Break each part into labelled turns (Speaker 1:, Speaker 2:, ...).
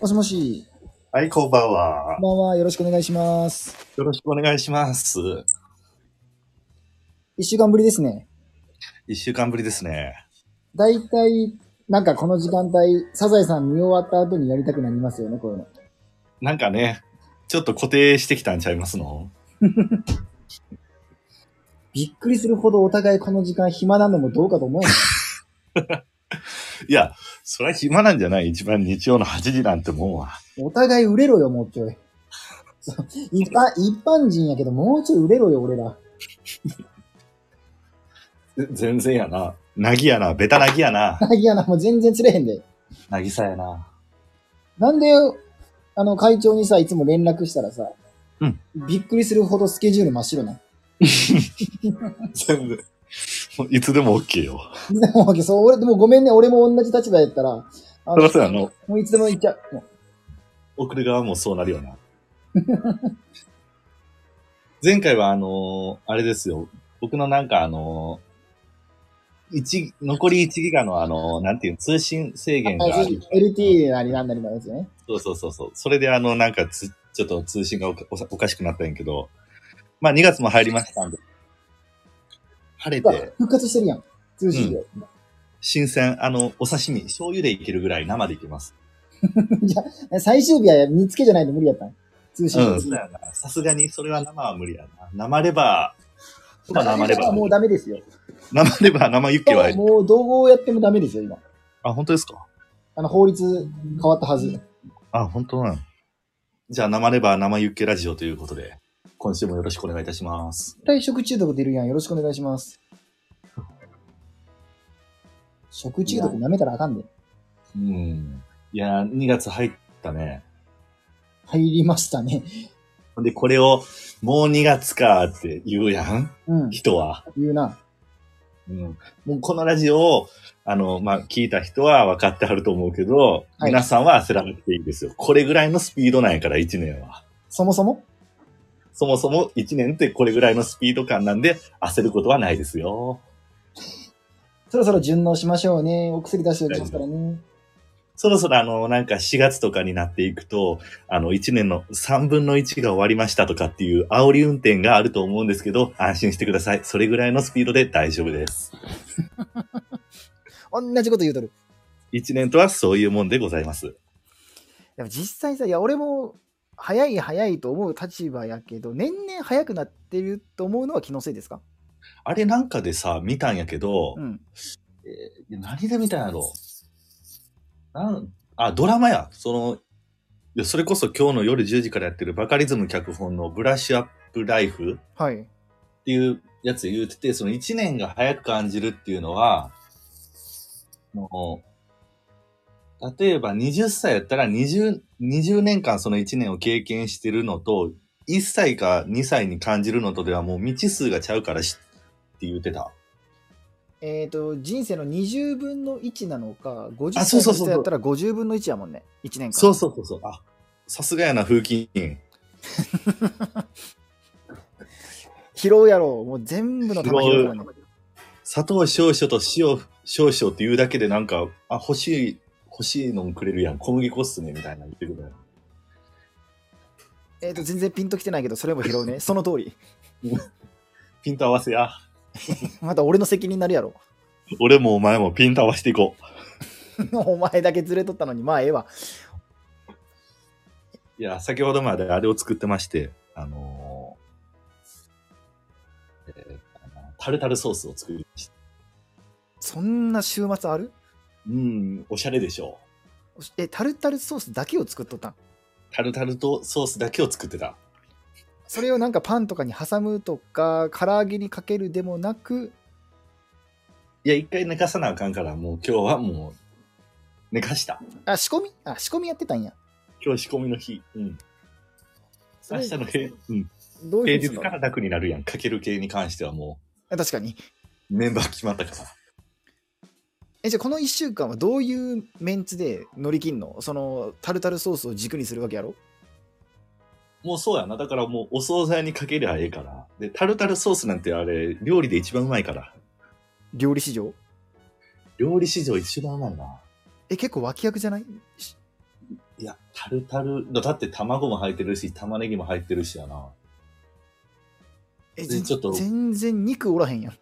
Speaker 1: もしもし、
Speaker 2: はい、こんばんは
Speaker 1: こん。ばんは。よろしくお願いします。
Speaker 2: よろしくお願いします。
Speaker 1: 一週間ぶりですね。
Speaker 2: 一週間ぶりですね。
Speaker 1: だいたい、なんかこの時間帯、サザエさん見終わった後にやりたくなりますよね、こういうの。
Speaker 2: なんかね、ちょっと固定してきたんちゃいますの
Speaker 1: びっくりするほどお互いこの時間暇なのもどうかと思うよ。
Speaker 2: いや、それは暇なんじゃない一番日曜の8時なんてもうわ。
Speaker 1: お互い売れろよ、もうちょい。そう一般、一般人やけど、もうちょい売れろよ、俺ら。
Speaker 2: ぜ全然やな。なぎやな。ベタなぎやな。
Speaker 1: なぎやな、もう全然釣れへんで。
Speaker 2: なぎさやな。
Speaker 1: なんで、あの、会長にさ、いつも連絡したらさ、
Speaker 2: うん
Speaker 1: びっくりするほどスケジュール真っ白な。
Speaker 2: 全部。もういつでも OK よ。
Speaker 1: でも、そう、俺、でもごめんね、俺も同じ立場やったら、あ
Speaker 2: そりゃそうやの。
Speaker 1: もういつでも行っちゃう。もう
Speaker 2: 送る側もそうなるよな。 前回はあのーあれですよ。僕のなんかあのー一、残り1ギガのあのーなんていうの通信制限があ
Speaker 1: あ
Speaker 2: る。
Speaker 1: LT なりなんなりのやつね。
Speaker 2: そうそうそうそう。それであの、なんかつ、ちょっと通信がおかおさおかしくなったんやけど、まあ2月も入りましたんで、晴れ
Speaker 1: うわ
Speaker 2: て、
Speaker 1: 復活してるやん。通信で。
Speaker 2: 新鮮、あの、お刺身、醤油でいけるぐらい生でいけます。
Speaker 1: 最終日は見つけじゃないと無理やったん。通
Speaker 2: う
Speaker 1: 信
Speaker 2: ん。そうやなさすがにそれは生は無理やな。生レバー、まあ生レバー。
Speaker 1: もうダメですよ。
Speaker 2: 生レバー、生ユッケは、
Speaker 1: もう道をやってもダメですよ、今。
Speaker 2: あ、本当ですか
Speaker 1: あの、法律変わったはず。
Speaker 2: あ、本当なのじゃあ、生レバー、生ユッケラジオということで、今週もよろしくお願いいたします。
Speaker 1: 絶対食中毒出るやん。よろしくお願いします。食中毒舐めたらあかんで。
Speaker 2: うん。いやー、2月入ったね。
Speaker 1: 入りましたね。
Speaker 2: ほんで、これを、もう2月かーって言うやん
Speaker 1: うん。
Speaker 2: 人は。
Speaker 1: 言うな。
Speaker 2: うん。もうこのラジオを、あの、まあ、聞いた人は分かってはると思うけど、
Speaker 1: はい
Speaker 2: 皆さんは焦らなくていいですよ。これぐらいのスピードなんやから、1年は。
Speaker 1: そもそも
Speaker 2: そもそも1年ってこれぐらいのスピード感なんで、焦ることはないですよ。
Speaker 1: そろそろ順応しましょうね。お薬出しておきますからね。
Speaker 2: そろそろあの、なんか4月とかになっていくと、あの、1年の3分の1が終わりましたとかっていう煽り運転があると思うんですけど、安心してください。それぐらいのスピードで大丈夫です。
Speaker 1: 同じこと言うとる。
Speaker 2: 1年とはそういうもんでございます。
Speaker 1: でも実際さ、いや、俺も早い早いと思う立場やけど、年々早くなってると思うのは気のせいですか
Speaker 2: あれなんかでさ、見たんやけど、
Speaker 1: うん。
Speaker 2: えー何で見たんやろなんあ、ドラマや。その、いやそれこそ今日の夜10時からやってるバカリズム脚本のブラッシュアップライフ
Speaker 1: はい。
Speaker 2: っていうやつ言うてて、その1年が早く感じるっていうのは、もう、例えば20歳やったら20、20年間その1年を経験してるのと、1歳か2歳に感じるのとではもう未知数がちゃうからしって言うてた。
Speaker 1: えっ、と、人生の20分の1なのか、50
Speaker 2: あ
Speaker 1: 歳
Speaker 2: そう
Speaker 1: の
Speaker 2: そうそう
Speaker 1: 人やったら50分の1やもんね。1年間。
Speaker 2: そうそうそうそう。あ、さすがやな、風紀委員。
Speaker 1: 拾うやろう。もう全部の球拾うからね。
Speaker 2: 砂糖少々と塩少々って言うだけでなんか、あ、欲しい、欲しいのもくれるやん。小麦粉っすね、みたいな言ってくるやん。
Speaker 1: えっ、と、全然ピンときてないけど、それも拾うね。その通り。
Speaker 2: ピント合わせや。
Speaker 1: また俺の責任になるやろ。
Speaker 2: 俺もお前もピント合わせていこう。
Speaker 1: お前だけずれとったのに、まあええわ。
Speaker 2: いや、先ほどまであれを作ってまして、あのーえータルタルソースを作りました。
Speaker 1: そんな週末ある
Speaker 2: うん、おしゃれでしょう。
Speaker 1: え、タルタルソースだけを作っとったん
Speaker 2: タルタルとソースだけを作ってた。
Speaker 1: それをなんかパンとかに挟むとか、唐揚げにかけるでもなく、
Speaker 2: いや、一回寝かさなあかんから、もう今日はもう、寝かした。
Speaker 1: あ、仕込みあ、仕込みやってたんや。
Speaker 2: 今日仕込みの日。うん。
Speaker 1: そ
Speaker 2: 明
Speaker 1: れ
Speaker 2: 日の平,、うん、
Speaker 1: どういう
Speaker 2: 平日
Speaker 1: こと
Speaker 2: か
Speaker 1: なの
Speaker 2: ら楽になるやん。かける系に関してはも
Speaker 1: あ確かに。
Speaker 2: う、メンバー決まったから。
Speaker 1: え、じゃあこの1週間はどういうメンツで乗り切んのそのタルタルソースを軸にするわけやろ
Speaker 2: もうそうやな。だからもう、お惣菜にかけりゃええから。で、タルタルソースなんてあれ、料理で一番うまいから。
Speaker 1: 料理市場
Speaker 2: 料理史上一番うまいな。
Speaker 1: え、結構脇役じゃないし
Speaker 2: いや、タルタル、だって卵も入ってるし、玉ねぎも入ってるしやな。
Speaker 1: え、
Speaker 2: で
Speaker 1: ぜ
Speaker 2: ちょっと
Speaker 1: 全然肉おらへんやん。
Speaker 2: い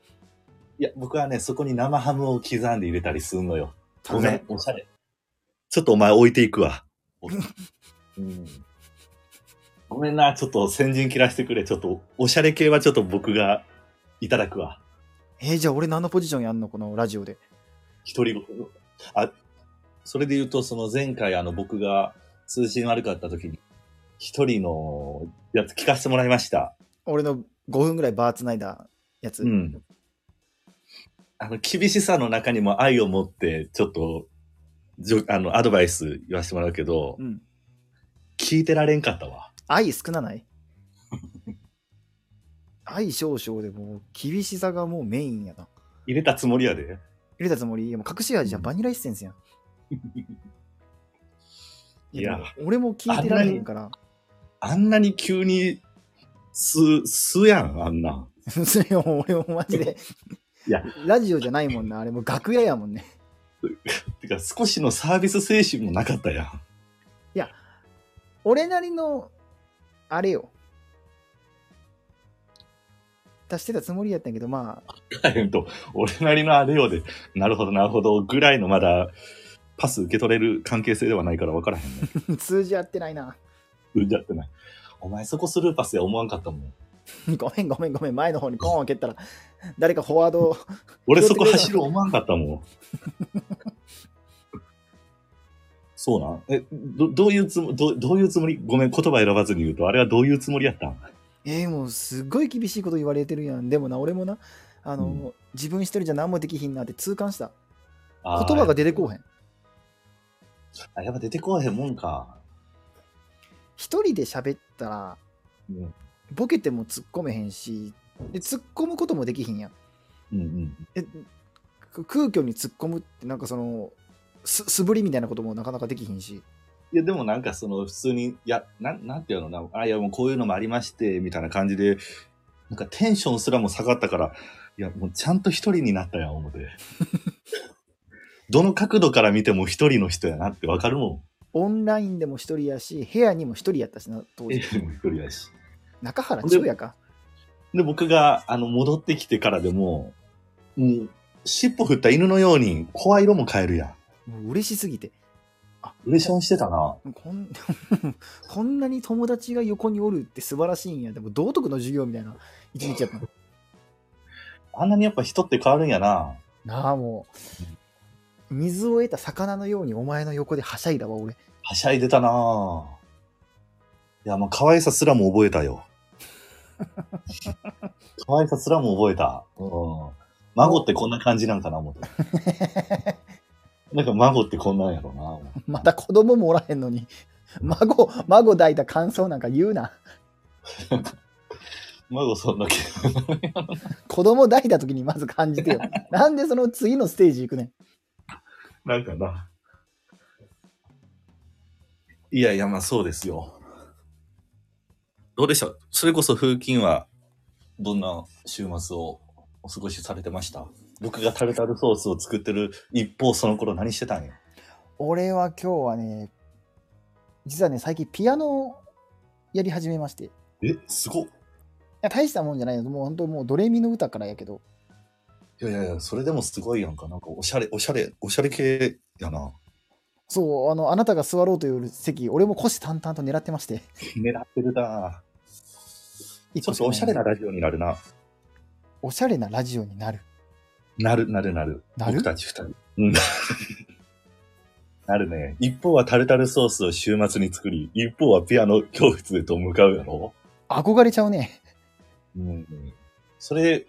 Speaker 2: や、僕はね、そこに生ハムを刻んで入れたりすんのよ。
Speaker 1: 食
Speaker 2: ご
Speaker 1: べ
Speaker 2: めん、おしゃれ。ちょっとお前置いていく わ。おうん、ごめんな、ちょっと先陣切らしてくれ。ちょっと、おしゃれ系はちょっと僕がいただくわ。
Speaker 1: えーじゃあ俺何のポジションやんのこのラジオで。
Speaker 2: 一人ごあ、それで言うと、その前回あの僕が通信悪かった時に、一人のやつ聞かせてもらいました。
Speaker 1: 俺の5分ぐらいバーつないだやつ。
Speaker 2: うん。あの、厳しさの中にも愛を持って、ちょっと、じょあの、アドバイス言わせてもらうけど、
Speaker 1: うん
Speaker 2: 聞いてられんかったわ。
Speaker 1: 愛少なない 愛少々でもう厳しさがもうメインやな。
Speaker 2: 入れたつもりやで。
Speaker 1: 入れたつもり、いやもう隠し味じゃん
Speaker 2: うん
Speaker 1: バニラエッセンスや ん。
Speaker 2: い
Speaker 1: で
Speaker 2: や
Speaker 1: も俺も聞いてられへんから。
Speaker 2: あんなに急に、す、すやん、あんな。
Speaker 1: それも俺もマジで。
Speaker 2: いや
Speaker 1: ラジオじゃないもんな。あれもう楽屋やもんね。
Speaker 2: てか、少しのサービス精神もなかったやん。
Speaker 1: 俺なりの、あれよ。出してたつもりやったんやけど、まあ、
Speaker 2: えっと、俺なりのあれよで、なるほど、なるほど、ぐらいのまだ、パス受け取れる関係性ではないから分からへん ね。
Speaker 1: 通じ合ってないな。
Speaker 2: うんじゃってない。お前そこスルーパスや思わんかったもん。
Speaker 1: ごめんごめんごめん。前の方にコーン蹴ったら、誰かフォワード、
Speaker 2: 俺そこ走る思わんかったもん。 そうなんえ、ど、どういうつも、ど、どういうつもりごめん、言葉選ばずに言うと、あれはどういうつもりやったん
Speaker 1: えー、もうすっごい厳しいこと言われてるやん。でもな、俺もな、あの、
Speaker 2: うん
Speaker 1: 自分一人じゃ何もできひんなって痛感した。
Speaker 2: 言
Speaker 1: 言葉が出てこうへん。
Speaker 2: あ、やっぱ出てこうへんもんか。
Speaker 1: 一人で喋ったら、
Speaker 2: うん。
Speaker 1: ボケても突っ込めへんし、で、突っ込むこともできひんやん。
Speaker 2: うんうん。
Speaker 1: えく空虚に突っ込むってなんかそのす素振りみたいなこともなかなかできひんし
Speaker 2: いや、でもなんかその普通に、いや、なん、なんていうのな、あ、いやもうこういうのもありまして、みたいな感じで、なんかテンションすらも下がったから、いや、もうちゃんと一人になったやん、思って。どの角度から見ても一人の人やなってわかるも
Speaker 1: オンラインでも一人やし部屋にも一人やったしな当
Speaker 2: ん。一
Speaker 1: 時
Speaker 2: 人も一人やし。
Speaker 1: 中原中也か
Speaker 2: で、僕が、あの、戻ってきてからでも、もう、尻尾振った犬のように、声色も変えるやん。
Speaker 1: もう嬉しすぎて
Speaker 2: 嬉しそうにしてたな。
Speaker 1: こん こんなに友達が横におるって素晴らしいんやでも道徳の授業みたいな一日やったの
Speaker 2: あんなにやっぱ人って変わるんやな。
Speaker 1: なあもう水を得た魚のようにお前の横ではしゃいだわ俺
Speaker 2: はしゃいでたなぁ。いや、まあ、可愛さすらも覚えた よ。可愛さすらも覚えた。うん。孫ってこんな感じなんかな、思って。 なんか孫ってこんなんやろうな。思って
Speaker 1: まだ子供もおらへんのに孫孫抱いた感想なんか言うな
Speaker 2: 孫そんだけ。
Speaker 1: 子供抱いた時にまず感 じてよ。なんでその次のステージ行くねん。
Speaker 2: なんかな。いやいや、まあそうですよ。どうでしたそれこそ風琴は、どんな週末をお過ごしされてました僕がタルタルソースを作ってる一方、その頃何してたんや
Speaker 1: 俺は今日はね、実はね、最近ピアノをやり始めまして。い
Speaker 2: え、すごっ。
Speaker 1: や大したもんじゃないよ。もう本当もうドレミの歌からやけど。
Speaker 2: いやいやいや、それでもすごいやんか。なんかおしゃれ、おしゃれ、おしゃれ系やな。
Speaker 1: そう、あの、あなたが座ろうという席、俺も虎視眈々と狙ってまして。
Speaker 2: 狙ってるな
Speaker 1: 一
Speaker 2: ち
Speaker 1: 個しか
Speaker 2: ょっと
Speaker 1: い
Speaker 2: おしゃれな。ラジオになるな。
Speaker 1: おしゃれなラジオになる。
Speaker 2: なる、なる、なる。
Speaker 1: なる
Speaker 2: 僕たち二人。うん。 なるね。一方はタルタルソースを週末に作り、一方はピアノ教室へと向かうやろ
Speaker 1: 憧れちゃうね。
Speaker 2: うん。それ、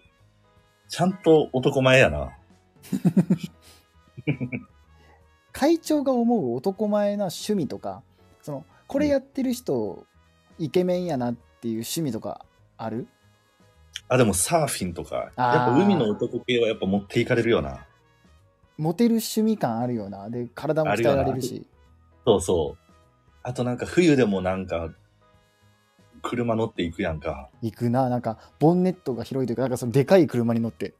Speaker 2: ちゃんと男前やな。
Speaker 1: 会長が思う男前な趣味とか、その、これやってる人、イケメンやなっていう趣味とかある
Speaker 2: あ、でもサーフィンとか。やっ
Speaker 1: あー
Speaker 2: ぱ海の男系はやっぱ持っていかれるよな。
Speaker 1: モテる趣味感あるよな。で、体も鍛えられる
Speaker 2: ある
Speaker 1: し。
Speaker 2: そうそう。あとなんか冬でもなんか、車乗っていくやんか。
Speaker 1: 行くな。なんか、ボンネットが広いというか、なんかそのでかい車に乗って。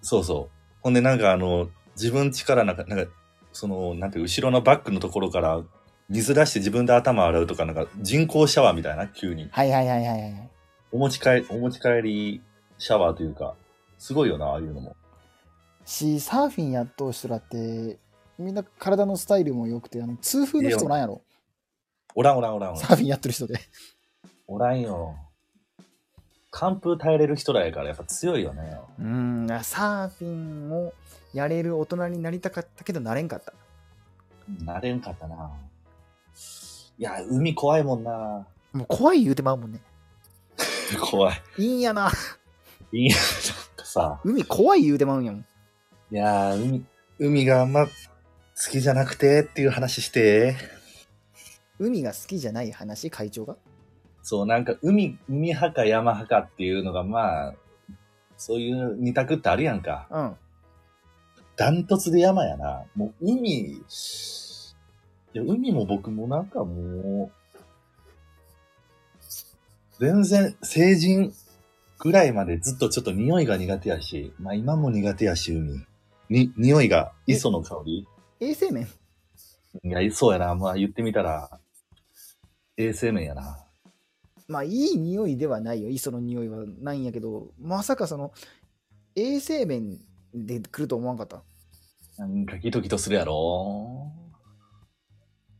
Speaker 2: そうそう。ほんでなんかあの、自分力なんか、なんか、その、なんていう後ろのバックのところから水出して自分で頭洗うとか、なんか人工シャワーみたいな、急に。
Speaker 1: はいはいはいはいはい。
Speaker 2: お持ち帰り、お持ち帰りシャワーというか、すごいよな、ああいうのも。
Speaker 1: し、サーフィンやっとう人らって、みんな体のスタイルも良くて、あの、痛風の人もなんやろ。
Speaker 2: おらんおらんおらんおら
Speaker 1: サー
Speaker 2: ん。
Speaker 1: フィンやってる人で。
Speaker 2: おらんよ。寒風耐えれる人らやから、やっぱ強いよね。
Speaker 1: うん、サーフィンをやれる大人になりたかったけど、なれんかった。
Speaker 2: なれんかったな。いや、海怖いもんな。
Speaker 1: もう怖い言うてまうもんね。
Speaker 2: 怖い。
Speaker 1: いいんやな。
Speaker 2: いや、なんかさ。
Speaker 1: 海怖い言うてまうんやもん。
Speaker 2: いやー、海、海があんま好きじゃなくてっていう話して。
Speaker 1: 海が好きじゃない話、会長が。
Speaker 2: そう、なんか海、海派か山派かっていうのが、まあ、そういう二択ってあるやんか。
Speaker 1: うん。
Speaker 2: ダントツで山やな。もう海、いや、海も僕もなんかもう、全然成人ぐらいまでずっとちょっと匂いが苦手やし、まあ今も苦手やし、海。に、匂いが、磯の香り
Speaker 1: 衛生面
Speaker 2: いや、そうやな。まあ言ってみたら、衛生面やな。
Speaker 1: まあいい匂いではないよ磯の匂いはないんやけどまさかその衛生面で来ると思わんかった
Speaker 2: なんかギトギトするやろ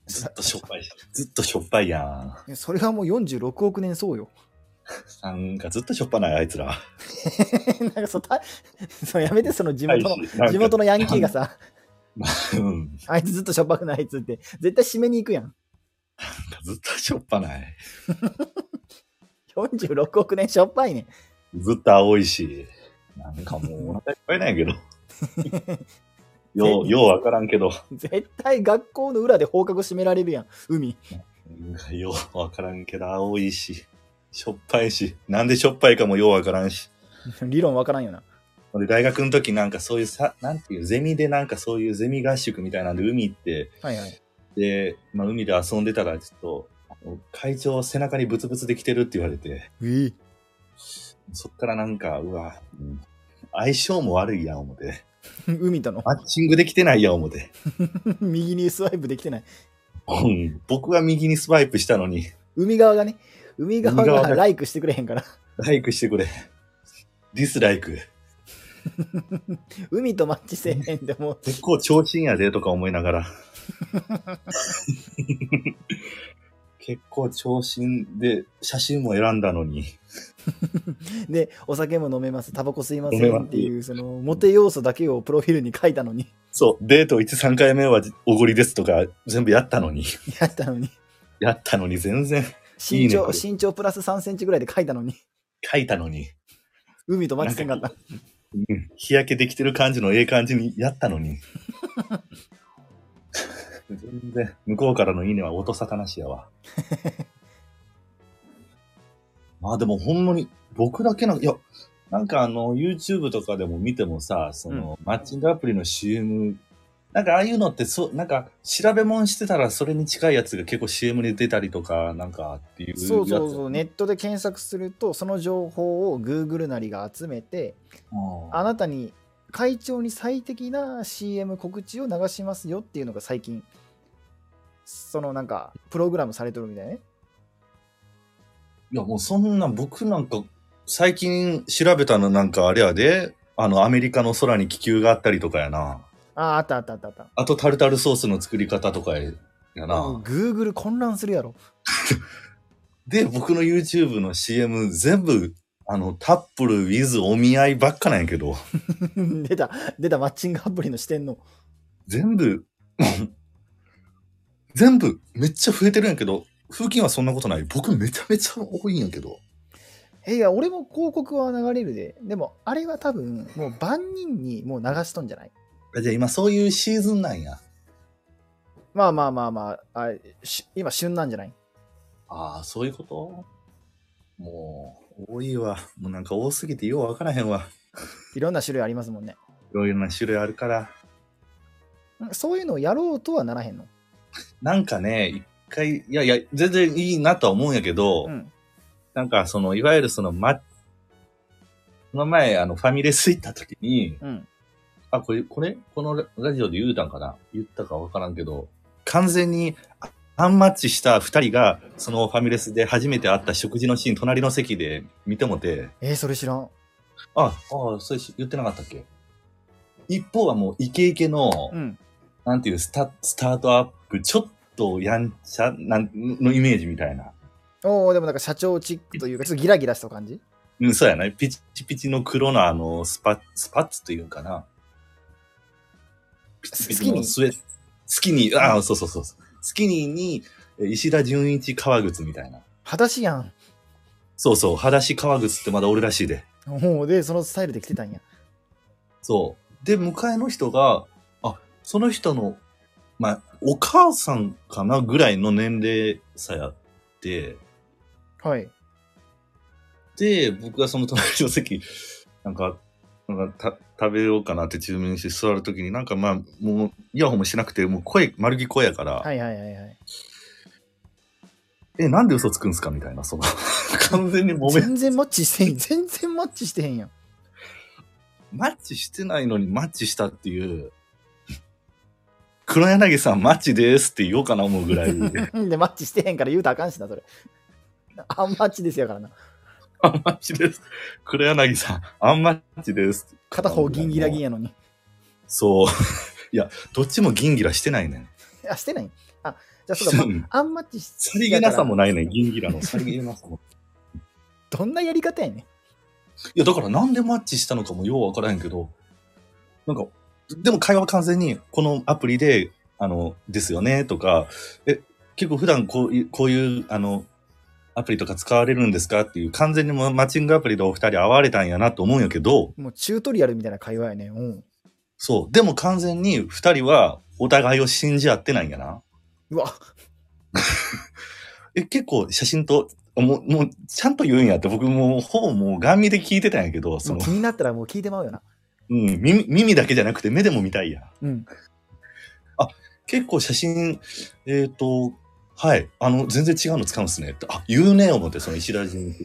Speaker 2: ずっとしょっぱいし、ずっとしょっぱいやん。
Speaker 1: いやそれはもう46億年そうよ
Speaker 2: なんかずっとしょっぱない、あいつら。
Speaker 1: なんかそうた そうやめてその地元 の
Speaker 2: はいなんか
Speaker 1: 地元のヤンキーがさ
Speaker 2: うん。
Speaker 1: あいつずっとしょっぱくないあいつって絶対締めに行くやん
Speaker 2: ずっとしょっぱない。
Speaker 1: 46億年しょっぱいねん
Speaker 2: ずっと青いし。なんかもうお腹いっぱいなんやけど。 よう、ようわからんけど。
Speaker 1: 絶対学校の裏で放課後締められるやん海
Speaker 2: ようわからんけど、青いし。しょっぱいし。なんでしょっぱいかもようわからんし。
Speaker 1: 理論わからんよな
Speaker 2: で大学の時なんかそういうさ、なんていう、ゼミでなんかそういうゼミ合宿みたいなんで海行って、
Speaker 1: はいはい
Speaker 2: で、まあ海で遊んでたらちょっと、あの会長背中にブツブツできてるって言われて。
Speaker 1: ええ
Speaker 2: そっからなんか、うわ、うん相性も悪いやん、思て。
Speaker 1: 海との
Speaker 2: マッチングできてないやん、思て。
Speaker 1: 右にスワイプできてない
Speaker 2: うん僕が右にスワイプしたのに、
Speaker 1: 海側がね海側
Speaker 2: 海側
Speaker 1: が
Speaker 2: が
Speaker 1: ライクしてくれへんから
Speaker 2: ライクしてくれ。ディスライク。
Speaker 1: 海とマッチせえへんでもう
Speaker 2: 結構調子いいんやで、とか思いながら。結構調子いいんで、写真も選んだのに。
Speaker 1: でお酒も飲めますタバコ吸いませ
Speaker 2: 飲めま
Speaker 1: ん
Speaker 2: す
Speaker 1: っていうそのモテ要素だけをプロフィールに書いたのに
Speaker 2: そう、デート1、3回目はおごりですとか、全部やったのに。
Speaker 1: やったのに
Speaker 2: やったのに、全然。いい
Speaker 1: 身
Speaker 2: ね
Speaker 1: 長
Speaker 2: これ
Speaker 1: 身長プラス3センチぐらいで書いたのに
Speaker 2: 書いたのに。
Speaker 1: 海とマッチせんかった
Speaker 2: うん日焼けできてる感じのええ感じにやったのに。全然、向こうからのいいねは音沙汰なし やわ。まあでもほんまに、僕だけな、いや、なんかあの、YouTube とかでも見てもさ、その、マッチングアプリの CM、なんかああいうのって、そう、なんか、調べ物してたらそれに近いやつが結構 CM に出たりとか、なんかっていうやつ。
Speaker 1: そうそうそうネットで検索するとその情報を Google なりが集めて
Speaker 2: うん。
Speaker 1: あなたに会長に最適な CM 告知を流しますよっていうのが最近そのなんかプログラムされてるみたいね
Speaker 2: いやもうそんな僕なんか最近調べたのなんかあれやで、あのアメリカの空に気球があったりとかやな。
Speaker 1: あああったあったあったあった
Speaker 2: あとタルタルソースの作り方とかや
Speaker 1: もう
Speaker 2: な。
Speaker 1: Google 混乱するやろ
Speaker 2: で、僕の YouTube の CM 全部あのタップル with お見合いばっかなんやけど、
Speaker 1: 出た、出たマッチングアプリの視点の。
Speaker 2: 全部、 全部めっちゃ増えてるんやけど、風景はそんなことない。僕めちゃめちゃ多いんやけど。
Speaker 1: え、いや、俺も広告は流れるで。でも、あれは多分、もう万人にもう流しとんじゃない
Speaker 2: あじゃあ今そういうシーズンなんや。
Speaker 1: まあまあまあまあ、あし今旬なんじゃない
Speaker 2: ああ、そういうこともう、多いわ。もうなんか多すぎてようわからへんわ。
Speaker 1: いろんな種類ありますもんね。
Speaker 2: いろいろな種類あるから。
Speaker 1: んそういうのをやろうとはならへんの。
Speaker 2: なんかね、一回、いやいや、全然いいなとは思うんやけど、
Speaker 1: うん。
Speaker 2: なんかその、いわゆるその、ま、この前、あの、ファミレス行った時に、
Speaker 1: うん。
Speaker 2: あ、これ、これこのララジオで言うたんかな言ったかわからんけど、完全に、あアンマッチした二人が、そのファミレスで初めて会った食事のシーン、隣の席で見てもて、
Speaker 1: えー、それ知らん。
Speaker 2: あ、あ、それし言ってなかったっけ一方はもうイケイケの、
Speaker 1: うん。
Speaker 2: なんていうスタ、スタートアップ、ちょっとやんちゃなんのイメージみたいな。
Speaker 1: おお、でもなんか社長チックというか、ちょっとギラギラした感じ
Speaker 2: うん、そうやね。ピチピチの黒のあの、スパ、スパッツというんかな。ピチピチのスウェスキニー、ああ、そうそうそうそう。スキニーに、え石田純一革靴みたいな。
Speaker 1: 裸足やん。
Speaker 2: そうそう、裸足革靴ってまだ俺らしいで。
Speaker 1: おお、で、そのスタイルで来てたんや。
Speaker 2: そう。で、迎えの人が、あ、その人の、まあ、お母さんかなぐらいの年齢差やって、
Speaker 1: はい。
Speaker 2: で、僕がその隣の席、 なんか、なんかた食べようかなって注文して座るときに、なんかまあ、もう、イヤホンもしなくて、もう声、丸着声やから、
Speaker 1: はいはいはいはい。
Speaker 2: え、なんで嘘つくんすかみたいな、その、 完全に揉め、
Speaker 1: 全然マッチしてへん。全然マッチしてへんやん。
Speaker 2: マッチしてないのにマッチしたっていう、黒柳さんマッチですって言おうかな思う ぐらい、
Speaker 1: うんで、マッチしてへんから言うたらあかんしな、それ。あんマッチですやからな。
Speaker 2: アンマッチです。黒柳さん、アンマッチです。
Speaker 1: 片方ギンギラギンやのに。
Speaker 2: そう。 いや、どっちもギンギラしてないねん。
Speaker 1: あ、してないあ、じゃあそうだ、ま
Speaker 2: うん
Speaker 1: あんマッチし
Speaker 2: さりげなさもないねん、
Speaker 1: だか
Speaker 2: ギンギラの。さりげなさも。
Speaker 1: らどんなやり方やねん。
Speaker 2: いや、だからなんでマッチしたのかもようわからへんけど、なんか、でも会話は完全に、このアプリで、あの、ですよね、とか、え、結構普段こういう、こういう、あの、アプリとか使われるんですかっていう、完全にもうマッチングアプリでお二人会われたんやなと思うんやけど、
Speaker 1: もうチュートリアルみたいな会話やねん。うん。
Speaker 2: そう、でも完全に二人はお互いを信じ合ってないんやな。
Speaker 1: うわ、
Speaker 2: え、結構写真と、もう、もう、ちゃんと言うんやって、僕もう、ほぼもう、ガン見で聞いてたんやけど、そ
Speaker 1: もう
Speaker 2: の
Speaker 1: 気、になったらもう聞いてまうよな。
Speaker 2: うん、耳、耳だけじゃなくて目でも見たいやん。
Speaker 1: うん。
Speaker 2: 結構写真、えっ、と、はい、あの、全然違うの使うんですねって。あ、言うね、思って、その石田純一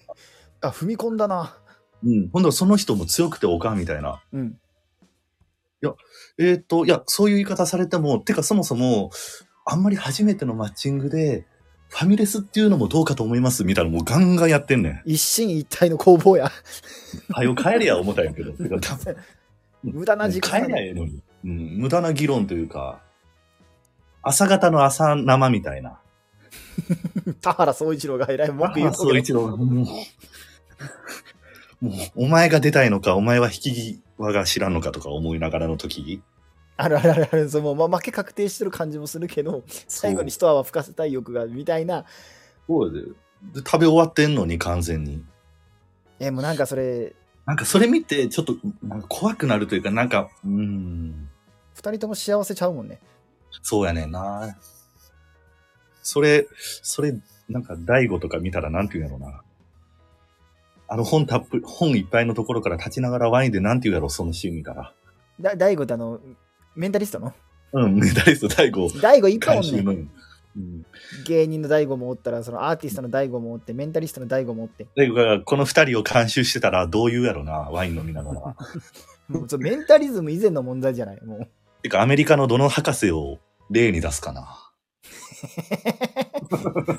Speaker 2: が。
Speaker 1: あ、踏み込んだな。
Speaker 2: うん。ほんとその人も強くておかんみたいな。
Speaker 1: うん。
Speaker 2: えっ、と、いや、そういう言い方されても、てかそもそも、あんまり初めてのマッチングで、ファミレスっていうのもどうかと思いますみたいな、もうガンガンやってんねん。
Speaker 1: 一進一退の攻防や。
Speaker 2: はよ帰れや、思った んやけど。てか、多分
Speaker 1: 無駄な時間
Speaker 2: 帰
Speaker 1: やね
Speaker 2: れないのに。うん。無駄な議論というか、朝方の朝生みたいな。
Speaker 1: 田原総一郎が偉い文句言うと
Speaker 2: そう一郎もう、もう、お前が出たいのか、お前は引き際が知らんのかとか思いながらの時
Speaker 1: あるあるあるあるそうもう、ま、負け確定してる感じもするけど最後に一泡吹かせたい欲がみたいな
Speaker 2: そうで食べ終わってんのに、完全に。
Speaker 1: えもうなんかそれ
Speaker 2: なんかそれ見て、ちょっと、なんか怖くなるというか、なんか、うーん、
Speaker 1: 二人とも幸せちゃうもんね
Speaker 2: そうやねんな。それ、それ、なんか、大悟とか見たらなんて言うんやろうな。あの本たっぷり、本いっぱいのところから立ちながらワインでなんて言うやろう、そのシーン見たら。
Speaker 1: だ大悟ってあのメンタリストの
Speaker 2: うん、メダリスト大悟、
Speaker 1: 大悟いっぱいお
Speaker 2: 監
Speaker 1: ん
Speaker 2: 修
Speaker 1: ね
Speaker 2: の。
Speaker 1: ん
Speaker 2: うん
Speaker 1: 芸人の大悟もおったらそのアーティストの大悟もおってメンタリストの大悟もおって
Speaker 2: でこの二人を監修してたらどう言うやろな、ワイン飲みながら。
Speaker 1: もうちょメンタリズム以前の問題じゃないもう
Speaker 2: てか、アメリカのどの博士を例に出すかな。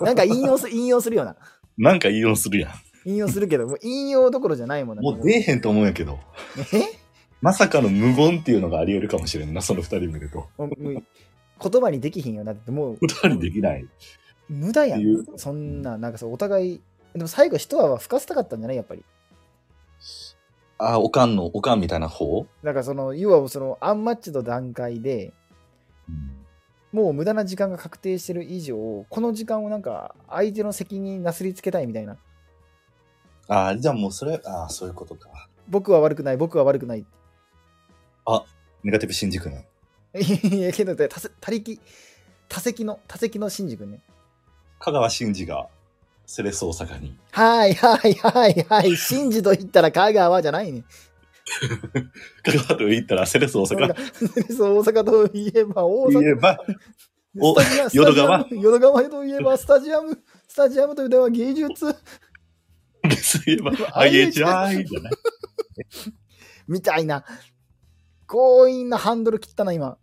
Speaker 1: なんか引用す 引用するような
Speaker 2: なんか言いようするや
Speaker 1: 引用するけどもう引用どころじゃないもんな
Speaker 2: ん。もう出えへんと思うんやけど。
Speaker 1: え
Speaker 2: まさかの無言っていうのがあり得るかもしれんな、その二人見ると。
Speaker 1: もう もう言葉にできひんよなだってもう
Speaker 2: 二人できない。
Speaker 1: 無駄やん
Speaker 2: っていう
Speaker 1: そんななんかそうお互いでも最後一泡吹かせたかったんじゃないやっぱり
Speaker 2: あ、おかんの、おかんみたいな方、
Speaker 1: だからその要はそのアンマッチの段階でもう無駄な時間が確定してる以上この時間をなんか相手の責任になすりつけたいみたいな
Speaker 2: あじゃあもうそれ、あそういうことか。
Speaker 1: 僕は悪くない僕は悪くない
Speaker 2: ネガティブ新宿ね。
Speaker 1: いやけど他せ他力他責の他責の新宿ね
Speaker 2: 香川真司が、セレス大阪に。
Speaker 1: はいはいはいはい新宿と言ったら香川じゃないね
Speaker 2: 香川と言ったらセレス大
Speaker 1: なん
Speaker 2: 阪
Speaker 1: か そう大阪といえば大
Speaker 2: と
Speaker 1: 阪
Speaker 2: 言えば、お
Speaker 1: スタジアムス
Speaker 2: 淀川
Speaker 1: タジアム淀川といえばスタジアムスタジアムというのは芸術
Speaker 2: そういえば、IHI じ
Speaker 1: IHI
Speaker 2: ゃない。
Speaker 1: みたいな強引なハンドル切ったな今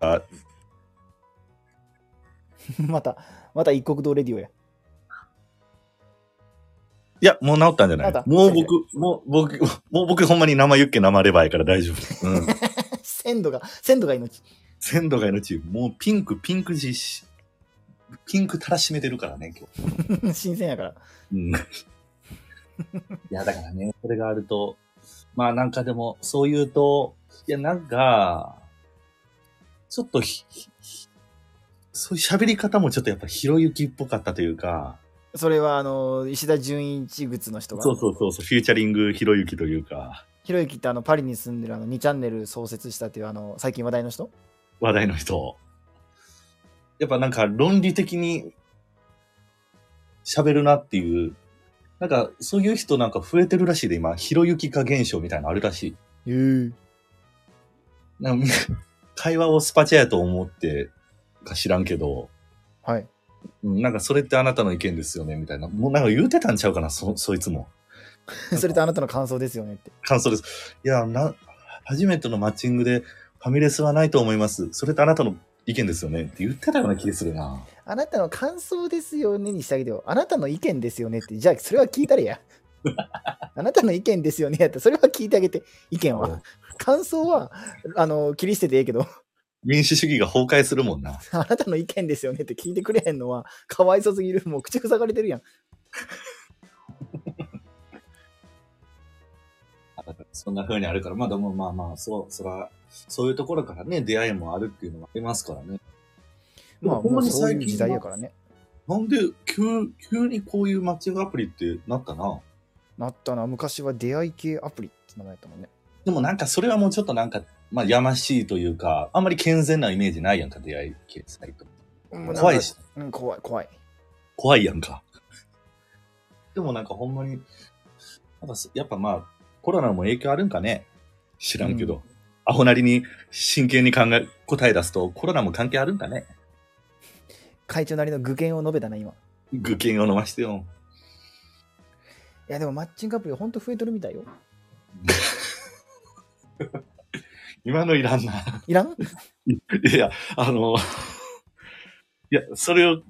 Speaker 2: あ
Speaker 1: また、また一国道レディオや。
Speaker 2: いや、もう治ったんじゃな
Speaker 1: 治っ
Speaker 2: い
Speaker 1: た
Speaker 2: もう僕、もう僕、もう僕ほんまに生ユッケ生レバーやから大丈夫。 うん。
Speaker 1: 鮮度が、鮮度が命。
Speaker 2: 鮮度が命、もうピンク、ピンク実施。ピンクたらしめてるからね、今日。
Speaker 1: 新鮮やから。
Speaker 2: うん。いや、だからね、それがあると、まあなんかでも、そう言うと、いや、なんか、ちょっとひ、ひひそういう喋り方もちょっとやっぱひろゆきっぽかったというか、
Speaker 1: それは、あの、石田純一靴の人が。
Speaker 2: そうそうそうそう、フューチャリングひろゆきというか、
Speaker 1: ひろゆきってあのパリに住んでるあの2チャンネル創設したっていうあの最近話題の人
Speaker 2: 話題の人。やっぱなんか論理的に喋るなっていう、なんかそういう人なんか増えてるらしいで、今、ひろゆき化現象みたいなのあるらしい。
Speaker 1: ええ。
Speaker 2: なんかみんな会話をスパチャやと思ってか知らんけど、
Speaker 1: はい。
Speaker 2: うんなんかそれってあなたの意見ですよねみたいな。もうなんか言うてたんちゃうかな、そ、そいつも。
Speaker 1: それとあなたの感想ですよねって。
Speaker 2: 感想です。いや、な、初めてのマッチングでファミレスはないと思います。それってあなたの意見ですよねって言ってたような気がするな。
Speaker 1: あなたの感想ですよねにしてあげてよ。あなたの意見ですよねって。じゃあそれは聞いたら や。あなたの意見ですよねやったらそれは聞いてあげて。意見は。感想はあの切り捨ててええけど、
Speaker 2: 民主主義が崩壊するもんな。
Speaker 1: あなたの意見ですよねって聞いてくれへんのはかわいそすぎる。もう口塞がれてるやん。
Speaker 2: そんな風にあるから、まあでもまあまあ、そう、そら、そういうところからね、出会いもあるっていうのもありますからね。
Speaker 1: まあ
Speaker 2: ほん
Speaker 1: も
Speaker 2: ま
Speaker 1: う
Speaker 2: に
Speaker 1: そういう
Speaker 2: 最近は
Speaker 1: 時代やからね。
Speaker 2: なんで、急、急にこういうマッチングアプリってなったな。
Speaker 1: なったな。昔は出会い系アプリって名前だったもんね。
Speaker 2: でもなんかそれはもうちょっとなんか、まあやましいというか、あんまり健全なイメージないやんか、出会い系サイト。怖いし、
Speaker 1: うん、怖い怖い。
Speaker 2: 怖いやんか。 でもなんかほんまに、なんかそやっぱまあ、コロナも影響あるんかね知らんけど、
Speaker 1: う
Speaker 2: アホなりに真剣に考え、答え出すとコロナも関係あるんかね
Speaker 1: 会長なりの具現を述べたな、今。
Speaker 2: 具剣を飲ましてよ。
Speaker 1: いや、でもマッチングアプリ、ほんと増えとるみたいよ。
Speaker 2: 今のいらんな。
Speaker 1: いらん
Speaker 2: いや、あの、いや、それを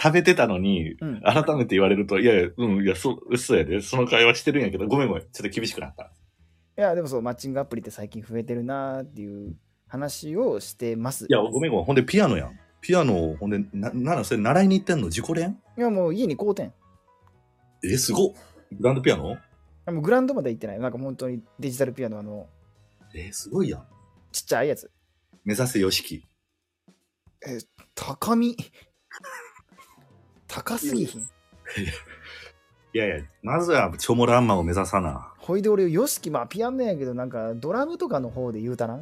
Speaker 2: 食べてたのに、
Speaker 1: うん。
Speaker 2: 改めて言われると、いやいや、うん、いや、そう、嘘やで、その会話してるんやけど、ごめんごめん、ちょっと厳しくなった。
Speaker 1: いや、でもそう、マッチングアプリって最近増えてるなーっていう話をしてます。
Speaker 2: いや、ごめんごめん、ほんでピアノやん。ピアノを、ほんで、な、ならそれ習いに行ってんの自己練
Speaker 1: いや、もう家に好転。
Speaker 2: え、すごっグランドピアノ
Speaker 1: もうグラウンドまで行ってない。なんか本当にデジタルピアノ、あの、
Speaker 2: え、すごいやん。
Speaker 1: ちっちゃいやつ。
Speaker 2: 目指せよしき。
Speaker 1: 高み。高すぎひん。
Speaker 2: いやいや、まずはチョモランマを目指さな。
Speaker 1: ほいで俺、ヨシキ、まあピアノやけど、なんかドラムとかの方で言うたな。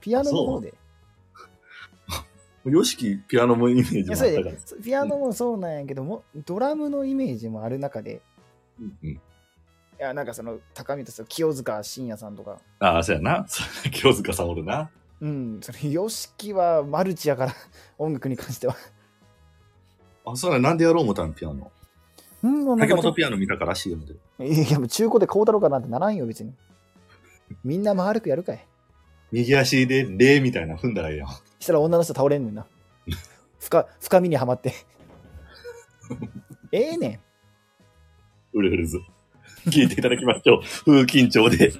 Speaker 1: ピアノの方で。
Speaker 2: よしき、ピアノもイメージ
Speaker 1: い
Speaker 2: も
Speaker 1: や、
Speaker 2: あっ
Speaker 1: それ
Speaker 2: たから
Speaker 1: で。、ピアノもそうなんやけども、ドラムのイメージもある中で、
Speaker 2: うんうん
Speaker 1: いや、なんかその、高見としては清塚信也さんとか、
Speaker 2: ああ、そうやな。そう清塚さんおるな。
Speaker 1: うん、それ、ヨシキはマルチやから、 音楽に関しては。
Speaker 2: あ、そうなんやなんでやろう思ったん、ピアノ。
Speaker 1: うん、もうなん
Speaker 2: 竹
Speaker 1: か
Speaker 2: 本ピアノ見たから、CM で。
Speaker 1: いや、もう中古で買うたろうかなんてならんよ、別に。みんな丸くやるかい。
Speaker 2: 右足で、礼みたいなの踏んだらええやん。
Speaker 1: したら女の人倒れんねんな。 深深みにはまって。ええね
Speaker 2: ウルフルズ。聞いていただきましょう。 風緊張で。
Speaker 1: ん。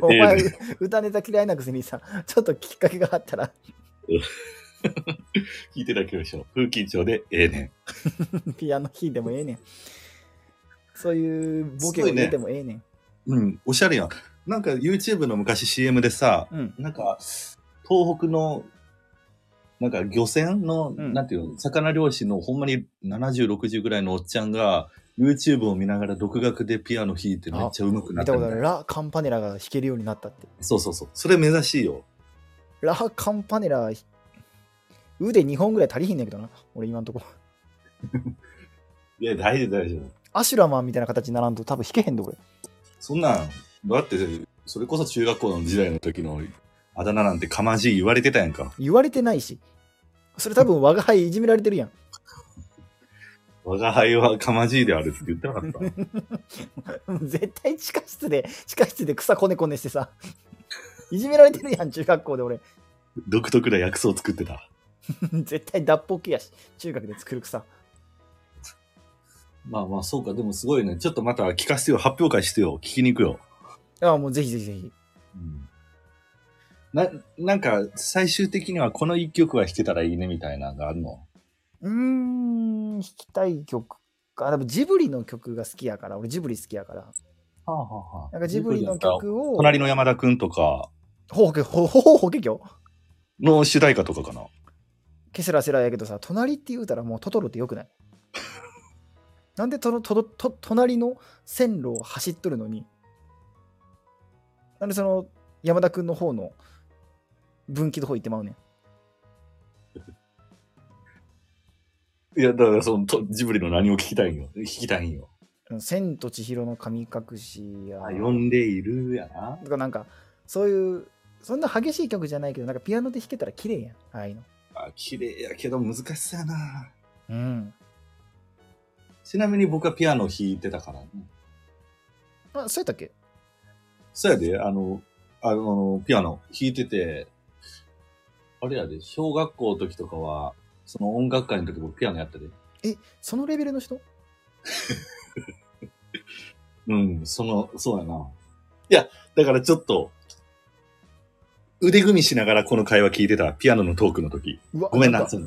Speaker 1: お
Speaker 2: ええ
Speaker 1: 前、
Speaker 2: ね
Speaker 1: 歌ネタ嫌いなくせにさ、ちょっときっかけがあったら、
Speaker 2: 聞いていただきましょう。風緊張で、ええね
Speaker 1: ピアノ弾いてもええねん。そういうボケを
Speaker 2: すごいね
Speaker 1: 入れてもええねん。
Speaker 2: ん。うん、おしゃれやん。なんか YouTube の昔 CM でさ、
Speaker 1: うん。
Speaker 2: なんか、東北の、なんか漁船の、
Speaker 1: うん
Speaker 2: なんていうの、魚漁師のほんまに70、60ぐらいのおっちゃんが、YouTube を見ながら独学でピアノ弾いてめっちゃ上手く
Speaker 1: 見
Speaker 2: なった
Speaker 1: こ
Speaker 2: たみ
Speaker 1: と
Speaker 2: た
Speaker 1: あ
Speaker 2: い
Speaker 1: る。
Speaker 2: な。
Speaker 1: ラ・カンパネラが弾けるようになったって。
Speaker 2: そうそうそう。それ目指しいよ。
Speaker 1: ラ・カンパネラ、腕2本ぐらい足りひんねんけどな。俺今んとこ。
Speaker 2: いや、大丈夫、大丈夫。
Speaker 1: アシュラマンみたいな形にならんと多分弾けへんで俺。
Speaker 2: そんなん、だって、それこそ中学校の時代の時のあだ名なんてかまじい言われてたやんか。
Speaker 1: 言われてないし。それ多分我が輩いじめられてるやん。
Speaker 2: 我が輩はかまじいであるって言ってなかった。
Speaker 1: 絶対地下室で、地下室で草こねこねしてさ。いじめられてるやん、中学校で俺。
Speaker 2: 独特な薬草を作ってた。
Speaker 1: 絶対脱法系やし、中学で作る草。
Speaker 2: まあまあ、そうか。でもすごいね。ちょっとまた聞かせてよ。発表会してよ。聞きに行くよ。
Speaker 1: ああ、もうぜひぜひぜひ。
Speaker 2: うん、な、なんか、最終的にはこの一曲は弾けたらいいねみたいなのがあるの。
Speaker 1: うーん、弾きたい曲か。でもジブリの曲が好きやから、俺ジブリ好きやから。
Speaker 2: はあはあは
Speaker 1: なんかジブリの。曲を、
Speaker 2: 隣の山田くんとか
Speaker 1: ほうけ、ほうほうほうほうけきょ
Speaker 2: の主題歌とかかな。
Speaker 1: ケセラセラやけどさ、隣って言うたらもうトトロってよく ないなんでとのとどと隣の線路を走っとるのに、なんでその山田君の方の分岐の方行ってまうねん。
Speaker 2: いや、だからそのとジブリの何を聞きたいんよ。聞きたいんよ。
Speaker 1: うん千と千尋の神隠しや、
Speaker 2: あ、呼んでいるやな。
Speaker 1: とかなんか、そういう、そんな激しい曲じゃないけど、なんかピアノで弾けたら綺麗やん、ああいうの。
Speaker 2: あ、綺麗やけど難しそうやな。
Speaker 1: うん。
Speaker 2: ちなみに僕はピアノ弾いてたからね。
Speaker 1: あ、そうやったっけ
Speaker 2: そうやで、あの、あの、ピアノ弾いてて、あれやで、小学校の時とかは、その音楽会の時もピアノやったで。
Speaker 1: え、そのレベルの人
Speaker 2: うん、その、そうやな。いや、だからちょっと、腕組みしながらこの会話聞いてた、ピアノのトークの時。
Speaker 1: うわ
Speaker 2: ごめんな、
Speaker 1: なんか
Speaker 2: その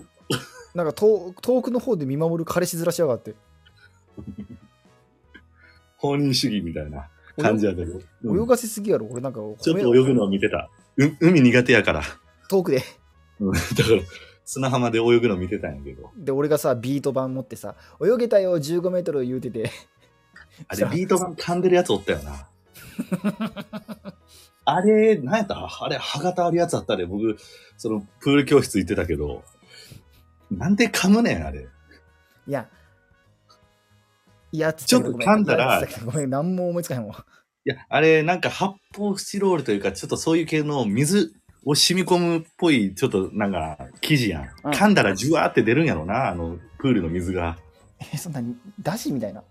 Speaker 1: なんか遠遠くの方で見守る彼氏ずらしやがって。
Speaker 2: 放任主義みたいな感じやけど。うん
Speaker 1: 泳がせすぎやろ、俺なんか褒め。
Speaker 2: ちょっと泳ぐのを見てた。う海苦手やから。
Speaker 1: 遠くで。
Speaker 2: うん だから、砂浜で泳ぐの見てたんやけど。
Speaker 1: で、俺がさ、ビート板持ってさ、泳げたよ、15メートル言うてて。
Speaker 2: あれ、ビート板噛んでるやつおったよな。あれ、なんやったあれ、歯型あるやつあったで、僕、その、プール教室行ってたけど、なんで噛むねん、あれ。
Speaker 1: いや、いやつ
Speaker 2: ちょっと噛んだら
Speaker 1: ごめん、なんも思いつかへんもん。
Speaker 2: いや、あれ、なんか発泡スチロールというか、ちょっとそういう系の水を染み込むっぽい、ちょっとなんか、生地やん。
Speaker 1: うん
Speaker 2: 噛んだらジュワーって出るんやろな、あの、プールの水が。
Speaker 1: え、そんなに、だしみたいな。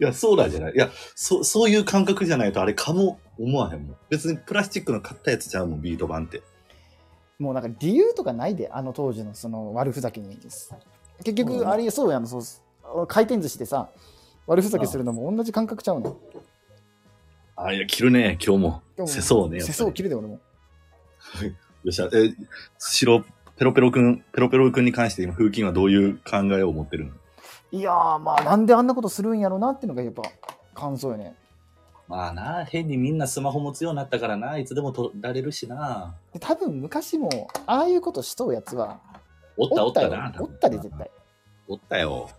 Speaker 2: いや、そうなんじゃないいや、そ、そういう感覚じゃないと、あれ噛も思わへんもん。別にプラスチックの買ったやつちゃうもん、ビート板って。
Speaker 1: もうなんか理由とかないで、あの当時のその悪ふざけに。結
Speaker 2: うん
Speaker 1: 局、あれ、そうやん、そう回転寿司でさ、悪ふざけするのも同じ感覚ちゃうの。
Speaker 2: あ、いや、着るね、今日も。
Speaker 1: 今日も
Speaker 2: せそうね。やっ
Speaker 1: 世
Speaker 2: ぱり
Speaker 1: 相を切るで、俺も。
Speaker 2: よっしゃ、え、白、ペロペロくん、ペロペロくんに関して今、風琴はどういう考えを持ってるの
Speaker 1: いやー、まあ、なんであんなことするんやろなっていうのが、やっぱ、感想よね。
Speaker 2: まあな、変にみんなスマホ持つようになったからな、いつでも取られるしな。
Speaker 1: で多分昔もああいうことしとうやつは
Speaker 2: おったおった
Speaker 1: よ
Speaker 2: な。
Speaker 1: おったで絶対
Speaker 2: おったよ。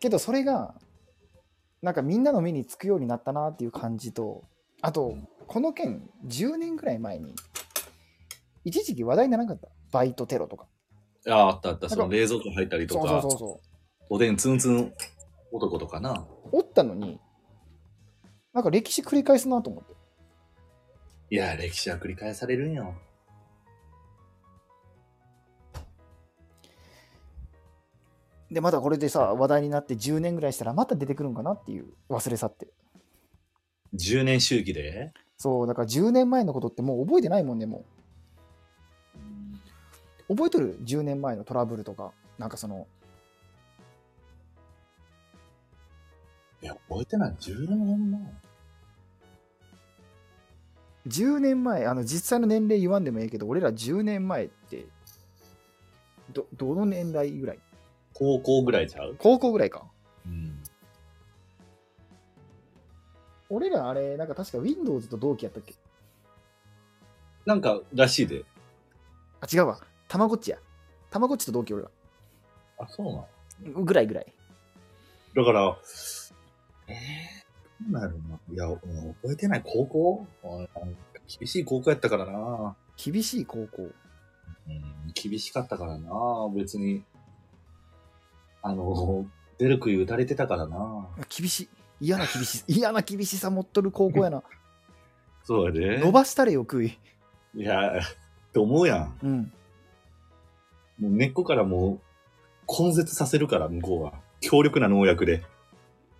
Speaker 1: けどそれがなんかみんなの目につくようになったなっていう感じとあとこの件10年ぐらい前に一時期話題にならなかったバイトテロとか
Speaker 2: ああ、あったあった。そ
Speaker 1: な
Speaker 2: の
Speaker 1: んか
Speaker 2: 冷蔵庫入ったりと
Speaker 1: そう
Speaker 2: か
Speaker 1: そう、そうそ
Speaker 2: おでんツンツン男とかな。
Speaker 1: うおったのになんか歴史繰り返すなと思って
Speaker 2: いや、歴史は繰り返されるんよ。
Speaker 1: でまたこれでさ話題になって10年ぐらいしたらまた出てくるんかなっていう忘れ去って
Speaker 2: 10年周期で
Speaker 1: そうだから10年前のことってもう覚えてないもんねもう覚えとる10年前のトラブルとかなんかその
Speaker 2: いや、覚えてない。10年前。
Speaker 1: 10年前あの実際の年齢言わんでもいいけど俺ら10年前ってどどの年代ぐらい
Speaker 2: 高校ぐらいちゃう
Speaker 1: 高校ぐらいか
Speaker 2: うん。
Speaker 1: 俺らあれなんか確か Windows と同期やったっけ
Speaker 2: なんか、らしいで。
Speaker 1: あ違うわたまごっちやたまごっちと同期俺ら
Speaker 2: あ、そうなの
Speaker 1: ぐらいぐらい
Speaker 2: だから、えー、どうなるのいや、もう覚えてない高校うん厳しい高校やったからな。
Speaker 1: 厳しい高校
Speaker 2: うん、厳しかったからな。別に、あの、出る杭打たれてたからな。
Speaker 1: 厳しい嫌な厳しい嫌な厳しさ 持っとる高校やな
Speaker 2: そうやで
Speaker 1: 伸ばしたれよ食い
Speaker 2: いや、って思うやん。
Speaker 1: うん
Speaker 2: もう根っこからもう、根絶させるから、向こうは。強力な農薬で。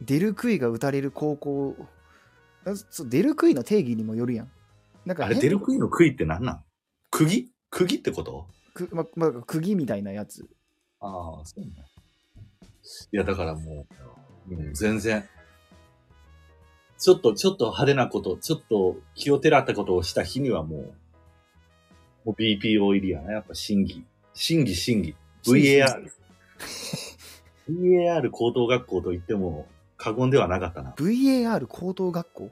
Speaker 1: 出る杭が打たれる高校だそう出る杭の定義にもよるやんなんか
Speaker 2: あれ、
Speaker 1: 変
Speaker 2: 出る杭の杭って何なん釘釘ってこと
Speaker 1: くままあ、釘みたいなやつ。
Speaker 2: ああ、そうね。いや、だからもう、うん、全然。ちょっと、ちょっと派手なこと、ちょっと気をてらったことをした日にはもう、もう BPO 入りやな、やっぱ審議。審議、審議。VAR。VAR 高等学校と言っても過言ではなかったな。
Speaker 1: VAR 高等学校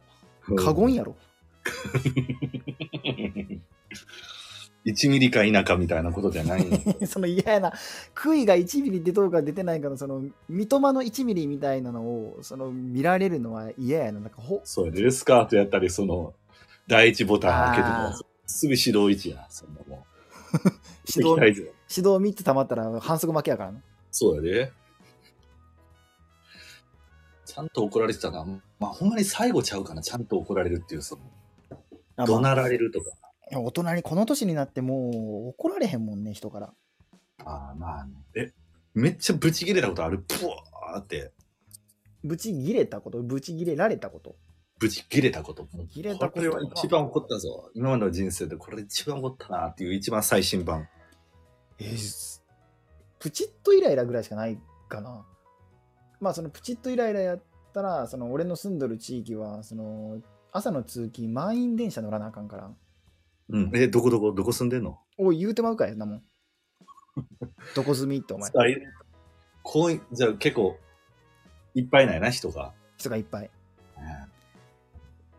Speaker 1: 過言やろ。
Speaker 2: 1ミリか否かみたいなことじゃないの。
Speaker 1: その嫌やな、悔いが1ミリ出とうか出てないかの、その、三笘の1ミリみたいなのを、その、見られるのは嫌やな。なんかほ、
Speaker 2: そうやで、スカートやったり、その、第一ボタン開けて
Speaker 1: あ
Speaker 2: も
Speaker 1: ー、
Speaker 2: すぐ指導位置や。そんなもん。
Speaker 1: 指導、
Speaker 2: 敵対図
Speaker 1: 指導3つ溜まったら反則負けやからな。
Speaker 2: そうやで。ちゃんと怒られてたな。まあ、ほんまに最後ちゃうかな。ちゃんと怒られるっていう、その、
Speaker 1: あ
Speaker 2: 怒
Speaker 1: まあ
Speaker 2: 鳴られるとか。
Speaker 1: いや大人に、この年になってもう怒られへんもんね、人から。
Speaker 2: ああ、まあね。え、めっちゃブチ切れたことある。ブワーって。
Speaker 1: ブチ切れたこと、ブチ切れられたこと。
Speaker 2: ブチ切れたこと。
Speaker 1: 切れたこと
Speaker 2: これは一番怒ったぞ。今までの人生でこれ一番怒ったなっていう一番最新版。
Speaker 1: えーすプチッとイライラぐらいしかないかな。まあそのプチッとイライラやったら、その俺の住んどる地域は、その朝の通勤、満員電車乗らなあかんから。
Speaker 2: うん。え、どこどこ、どこ住んでんの
Speaker 1: おい、言うてまうかい、そんなもん。どこ住みってお 前。
Speaker 2: あれこうい、じゃあ結構、いっぱいないな、人が。
Speaker 1: 人がいっぱい。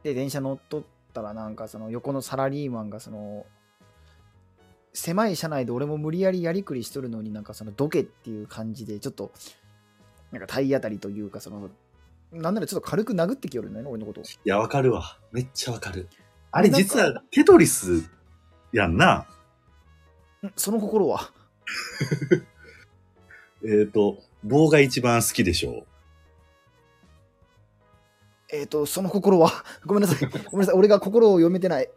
Speaker 1: で、電車乗っとったら、なんかその横のサラリーマンが、その、狭い車内で俺も無理やりやりくりしとるのになんかそのどけっていう感じで、ちょっと、なんか体当たりというか、その、なんならちょっと軽く殴ってきよるんだよね、俺のことを。
Speaker 2: いや、わかるわ。めっちゃわかる。あれ
Speaker 1: なんか
Speaker 2: 実はテトリスやんな。
Speaker 1: んその心は
Speaker 2: えっ、と、棒が一番好きでしょ
Speaker 1: えっ、と、その心はごめんなさい。ごめんなさい。俺が心を読めてない。
Speaker 2: う。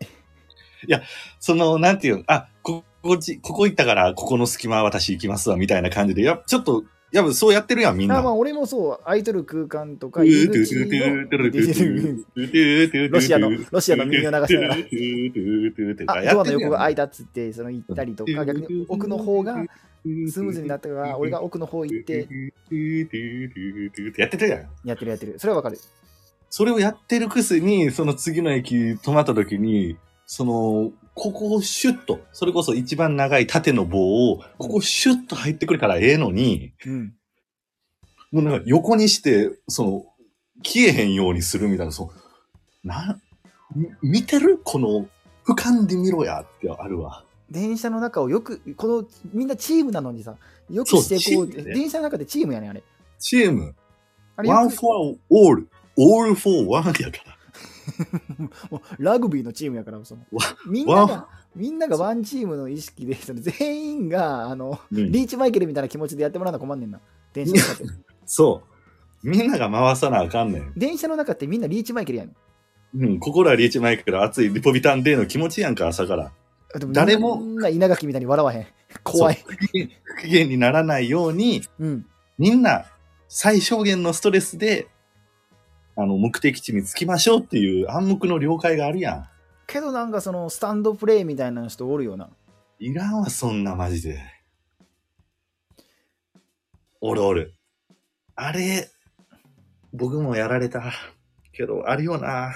Speaker 2: その、なんていうの、あ、ここっち、ここ行ったから、ここの隙間は私行きますわ、みたいな感じで、やちょっと、やっぱそうやってるやん、みん
Speaker 1: あ
Speaker 2: な。
Speaker 1: まあ、俺もそう、空いてる空間と
Speaker 2: ト
Speaker 1: か、
Speaker 2: ゥ
Speaker 1: 入
Speaker 2: ートゥ
Speaker 1: り
Speaker 2: ー
Speaker 1: 口
Speaker 2: トゥートゥートゥートゥー
Speaker 1: の
Speaker 2: トゥートゥートゥートゥー
Speaker 1: ロシアのロシアの民謡流しながら
Speaker 2: トゥートゥートゥートゥートゥートゥー
Speaker 1: あドアの横が開いたっつって、その行ったりとか、逆に奥の方がスムーズになったから、俺が奥の方行って、
Speaker 2: やってたやん。
Speaker 1: やってるやってる。それはわかる。
Speaker 2: それをやってるくせに、その次の駅止まった時に、その、ここをシュッと、それこそ一番長い縦の棒を、ここシュッと入ってくるからええのに、
Speaker 1: うん。
Speaker 2: もうなんか横にして、その、消えへんようにするみたいな、その、なん、み見てるこの、俯瞰で見ろやってあるわ。
Speaker 1: 電車の中をよく、この、みんなチームなのにさ、よくしてこうって、
Speaker 2: そうチームね
Speaker 1: 電車の中でチームやねん、あれ。
Speaker 2: チーム、
Speaker 1: あれよく
Speaker 2: ワンフォアオール、オールフォーワンやから。
Speaker 1: もうラグビーのチームやから、その
Speaker 2: わ、
Speaker 1: みんな
Speaker 2: わ
Speaker 1: が、みんながワンチームの意識で、その全員が、あの、
Speaker 2: うん
Speaker 1: リーチマイケルみたいな気持ちでやってもらうの困んねんな。電車の中って。
Speaker 2: そう。みんなが回さなあかんねん。
Speaker 1: 電車の中ってみんなリーチマイケルやねん。
Speaker 2: うん、心はリーチマイクから熱いリポビタンデーの気持ちやんか、朝から。
Speaker 1: あで
Speaker 2: 誰も
Speaker 1: みんな稲垣みたいに笑わへん。怖い。
Speaker 2: 不機嫌にならないように、
Speaker 1: うん。
Speaker 2: みんな最小限のストレスで、あの、目的地に着きましょうっていう暗黙の了解があるや
Speaker 1: けどなんかそのスタンドプレイみたいな人おるよな。
Speaker 2: ん。いらんわ、そんなマジで。おるおる。あれ、僕もやられた。けど、あるよな。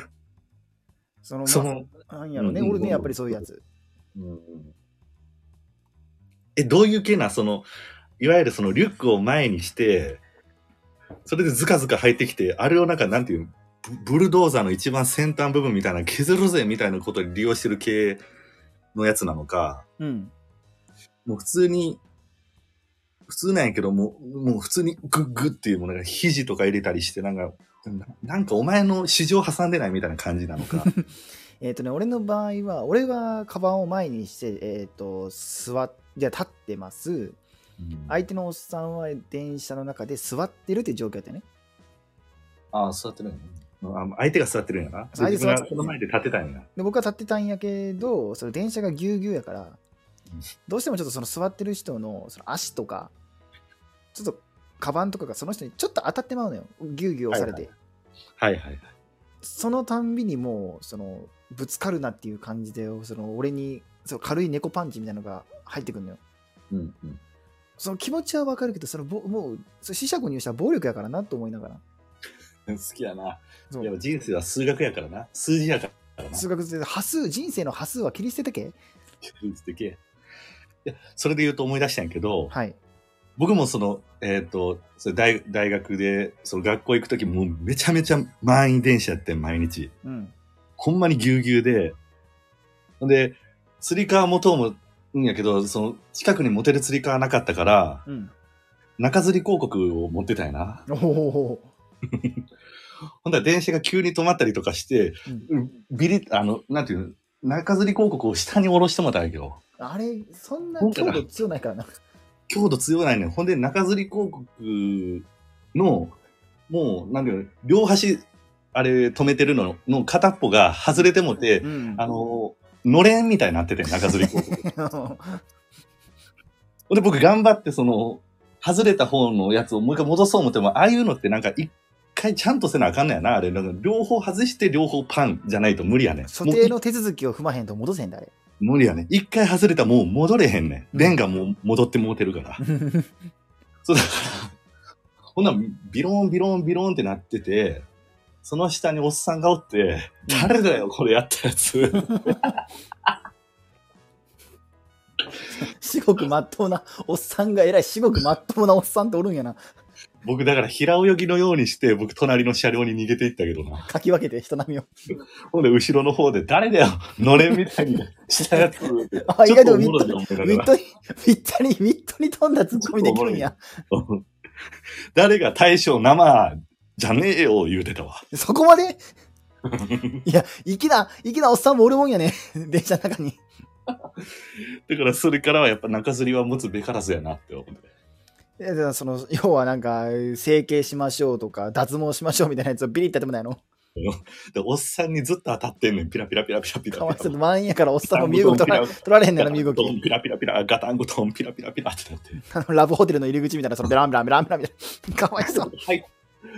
Speaker 1: その、まあ
Speaker 2: その、
Speaker 1: なんやろね。
Speaker 2: うん
Speaker 1: おるね、やっぱりそういうやつ。
Speaker 2: うんえ、どういう系な、その、いわゆるそのリュックを前にして、それでズカズカ入ってきて、あれをなんか、なんていうのブブルドーザーの一番先端部分みたいな、削るぜみたいなことに利用してる系のやつなのか、
Speaker 1: うん。
Speaker 2: もう普通に、普通なんやけど、もう、もう普通にグッグッっていうものが肘とか入れたりして、なんか、ななんかお前の市場挟んでないみたいな感じなのか。
Speaker 1: えっ、とね、俺の場合は、俺はカバンを前にして、えっ、と、座っ、じゃ立ってます。相手のおっさんは電車の中で座ってるって状況やったよね。
Speaker 2: ああ、座ってるんやな。あ相手が座ってるんやな。
Speaker 1: 相手座ってる
Speaker 2: 自分がこの前で立ってたんやな。
Speaker 1: で僕は立ってたんやけどその電車がぎゅうぎゅうやから
Speaker 2: うん
Speaker 1: どうしてもちょっとその座ってる人のその足とかちょっとカバンとかがその人にちょっと当たってまうのよぎゅうぎゅう押されて、
Speaker 2: はいはいはい。
Speaker 1: そのたんびにもうそのぶつかるなっていう感じでその俺にそう軽い猫パンチみたいなのが入ってくるのよ。
Speaker 2: うんうん。
Speaker 1: その気持ちはわかるけど、そのぼもう、その四捨五入したら暴力やからなと思いながら。
Speaker 2: 好きやな。
Speaker 1: そう
Speaker 2: やっぱ人生は数学やからな。数字やからな。
Speaker 1: 数学で波数、人生の波数は切り捨ててけ
Speaker 2: でけえ。いや、それで言うと思い出したんやけど、
Speaker 1: はい。
Speaker 2: 僕もその、えっ、と、それ大大学で、その学校行くときもうめちゃめちゃ満員電車やってん毎日。
Speaker 1: うん。
Speaker 2: ほんまにぎゅうぎゅうで。ほんで、釣り革持とうもんやけど、その近くに持てる釣り革なかったから、
Speaker 1: うん。
Speaker 2: 中釣り広告を持ってたんやな。
Speaker 1: おお。
Speaker 2: ほんだら電車が急に止まったりとかして、
Speaker 1: うん
Speaker 2: ビリあの、なんていうの、中吊り広告を下に下ろしてもらったんやけど、
Speaker 1: あれ、そんな
Speaker 2: そうか
Speaker 1: 強
Speaker 2: な
Speaker 1: 度強ないからな。
Speaker 2: 強度強ないねんほんで中吊り広告の、もう、なんていうの、両端、あれ止めてるのの片っぽが外れてもて、
Speaker 1: うん
Speaker 2: あ、の、のれんみたいになってて、中吊り広 告。ほんで僕頑張って、その、外れた方のやつをもう一回戻そう思っても、ああいうのってなんか一回ちゃんとせなあかんのやな、あれ。なんか両方外して両方パンじゃないと無理やねん。
Speaker 1: 所定の手続きを踏まへんと戻せん だ、あれ。
Speaker 2: 無理やね。一回外れたらもう戻れへんね。
Speaker 1: うん
Speaker 2: レンがもう戻ってもうてるから。そうだから、ほんならビローンビローンビローンってなってて、その下におっさんがおって、誰だよ、これやったやつ。
Speaker 1: 至極まっとうなおっさんが偉い、至極まっとうなおっさんっておるんやな。
Speaker 2: 僕だから平泳ぎのようにして、僕隣の車両に逃げていったけどな。
Speaker 1: かき分けて人並みを。
Speaker 2: ほんで後ろの方で、誰だよ、のれんみたい にしたやつ。ちょっ
Speaker 1: あ、意外と
Speaker 2: と
Speaker 1: ウ
Speaker 2: お
Speaker 1: ィ
Speaker 2: もろ
Speaker 1: ット
Speaker 2: いと思いな
Speaker 1: ウィ
Speaker 2: が
Speaker 1: ッ
Speaker 2: ら
Speaker 1: トに、ぴったり、ウィットに飛んだツッコミできるんや。
Speaker 2: 誰が大将生じゃねえよ、言うてたわ。
Speaker 1: そこまで いや、粋な、粋なおっさんもおるもんやね。電車の中に。
Speaker 2: だからそれからはやっぱ中吊りは持つべからずやなって思って。
Speaker 1: いやだからその要はなんか整形しましょうとか脱毛しましょうみたいなやつをビリってやってもないの
Speaker 2: で、おっさんにずっと当たってんねん。ピラピラピラピラピラ
Speaker 1: か
Speaker 2: ピ
Speaker 1: わ
Speaker 2: ラ。
Speaker 1: いそう満員やからおっさんの身
Speaker 2: ゴ
Speaker 1: 動き取ら取られへんねんな身動き
Speaker 2: ピラピラピラ、ガタンゴトン、ピラピラピラってなって。
Speaker 1: あのラブホテルの入り口みたいなそのベランベランベランベランみたいなかわい そう
Speaker 2: はい、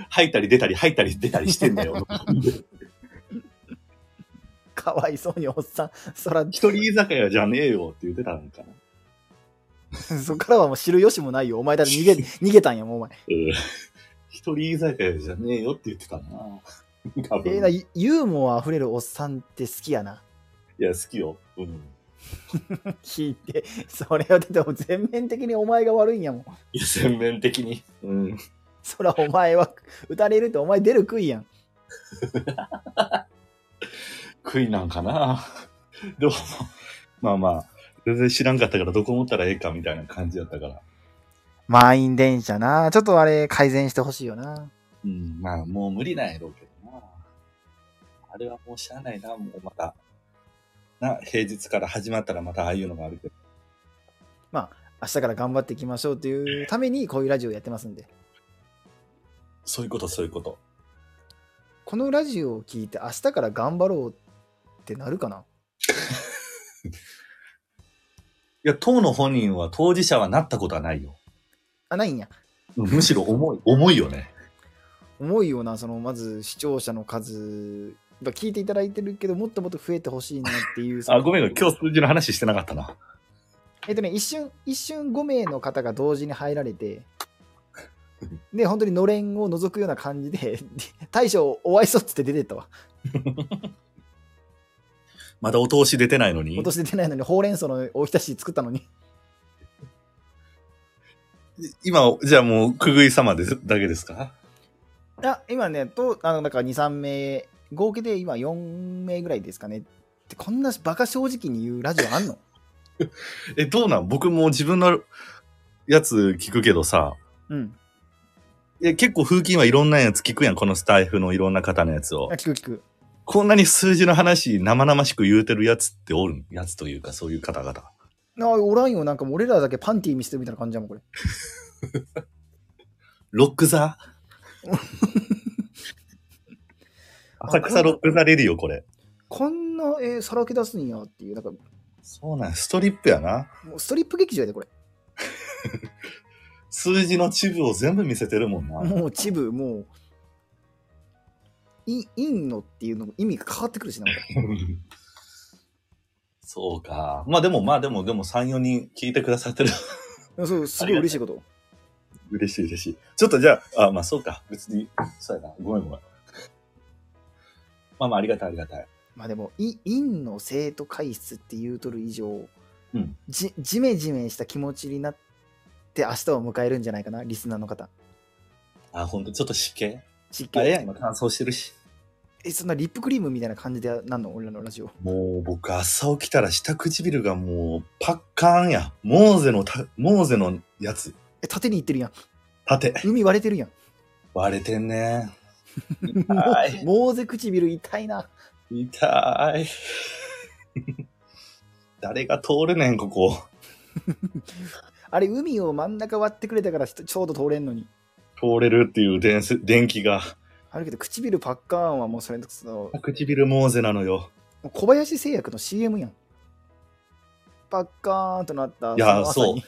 Speaker 2: 入ったり出たり、入ったり出たりしてんだよ。
Speaker 1: かわいそうにおっさんそら
Speaker 2: 一人居酒屋じゃねえよって言ってたのかな。
Speaker 1: そっからはもう知る由もないよお前だって逃げ逃げたんやもうお前
Speaker 2: うん一人居酒屋じゃねえよって言ってたな。多分
Speaker 1: えーなユーモアあふれるおっさんって好きやない
Speaker 2: や、好きよ。うん。
Speaker 1: 聞いてそれをだって全面的にお前が悪いんやもん
Speaker 2: いや、全面的に。うん。
Speaker 1: そらお前は打たれるってお前出る杭やん
Speaker 2: 悔いなんかな。どうも。まあまあ、全然知らんかったから、どこ持ったらええかみたいな感じだったから。
Speaker 1: 満員電車なちょっとあれ改善してほしいよな
Speaker 2: うん、まあ、もう無理なんやろうけどな。あれはもうしゃあないな、もうまた。な、平日から始まったらまたああいうのがあるけど。
Speaker 1: 明日から頑張っていきましょうというためにこういうラジオやってますんで
Speaker 2: そういうこと、そういうこと。
Speaker 1: このラジオを聞いて明日から頑張ろうってなるかない
Speaker 2: や、当の本人は当事者はなったことはないよ。
Speaker 1: あないんや
Speaker 2: むしろ重い。重いよね。
Speaker 1: 重いようなそのまず視聴者の数やっぱ聞いていただいてるけどもっともっと増えてほしいなって いう
Speaker 2: あ、ごめんよ
Speaker 1: その
Speaker 2: 今日数字の話してなかったな。
Speaker 1: えっとね一瞬一瞬5名の方が同時に入られて で本当にのれんを覗くような感じで 大将お愛想っつって出てったわ
Speaker 2: まだお通し出てないのに
Speaker 1: 今。年出てないのにほうれん草のおひたし作ったのに
Speaker 2: 今、じゃあもう、くぐい様です、だけですか
Speaker 1: いや、今ね、とあのだから2、3名、合計で今4名ぐらいですかね。ってこんなバカ正直に言うラジオあんの
Speaker 2: え、どうなん僕も自分のやつ聞くけどさ、
Speaker 1: うん。
Speaker 2: え結構風琴はいろんなやつ聞くやん、このスタイフのいろんな方のやつ
Speaker 1: あ
Speaker 2: を。
Speaker 1: 聞く聞く。
Speaker 2: こんなに数字の話、生々しく言うてるやつっておるんやつというか、そういう方々。
Speaker 1: あおらんよ、なんかもう俺らだけパンティー見せてるみたいな感じやもん、これ。
Speaker 2: ロック ザ浅草ロックザレディオ、これ。
Speaker 1: こんな、えーさらけ出すんやっていう、なんか、
Speaker 2: そうなんや、ストリップやな。
Speaker 1: もうストリップ劇場やで、これ。
Speaker 2: 数字のチブを全部見せてるもんな。
Speaker 1: もう、チブ、もう、い、いんのっていうのも意味が変わってくるしな、また
Speaker 2: うん そうか。まあでもまあでもでも3、4人聞いてくださってる。
Speaker 1: そう、すごい嬉しいこと。
Speaker 2: 嬉しい嬉しい。ちょっとじゃあ、あまあそうか。別に、そうやな。ごめんごめん。まあまあありがたいありがたい。
Speaker 1: まあでも、い陰の生徒会室って言うとる以上、
Speaker 2: うん
Speaker 1: じ、じめじめした気持ちになって明日を迎えるんじゃないかな、リスナーの方。
Speaker 2: あ、ほんとちょっと湿気
Speaker 1: 実
Speaker 2: あ
Speaker 1: 況
Speaker 2: れやん、今乾燥してるし。
Speaker 1: え、そんなリップクリームみたいな感じでなんの俺らのラジオ。
Speaker 2: もう僕朝起きたら下唇がもうパッカーンや。モーゼのた、モーゼのやつ。
Speaker 1: え、縦に行ってるやん。
Speaker 2: 縦。
Speaker 1: 海割れて るやん。
Speaker 2: 割れてんね。
Speaker 1: もう
Speaker 2: 痛い。
Speaker 1: モーゼ唇痛いな。
Speaker 2: 痛い。 誰が通るねん、ここ。
Speaker 1: あれ、海を真ん中割ってくれたからひとちょうど通れんのに。
Speaker 2: 通れるっていう電せ電気が。
Speaker 1: あるけど、唇パッカーンはもうそれこそ、も
Speaker 2: 唇モーゼなのよ。
Speaker 1: う小林製薬の CM やん。パッカーンとなった。
Speaker 2: い
Speaker 1: その
Speaker 2: や
Speaker 1: 朝に
Speaker 2: い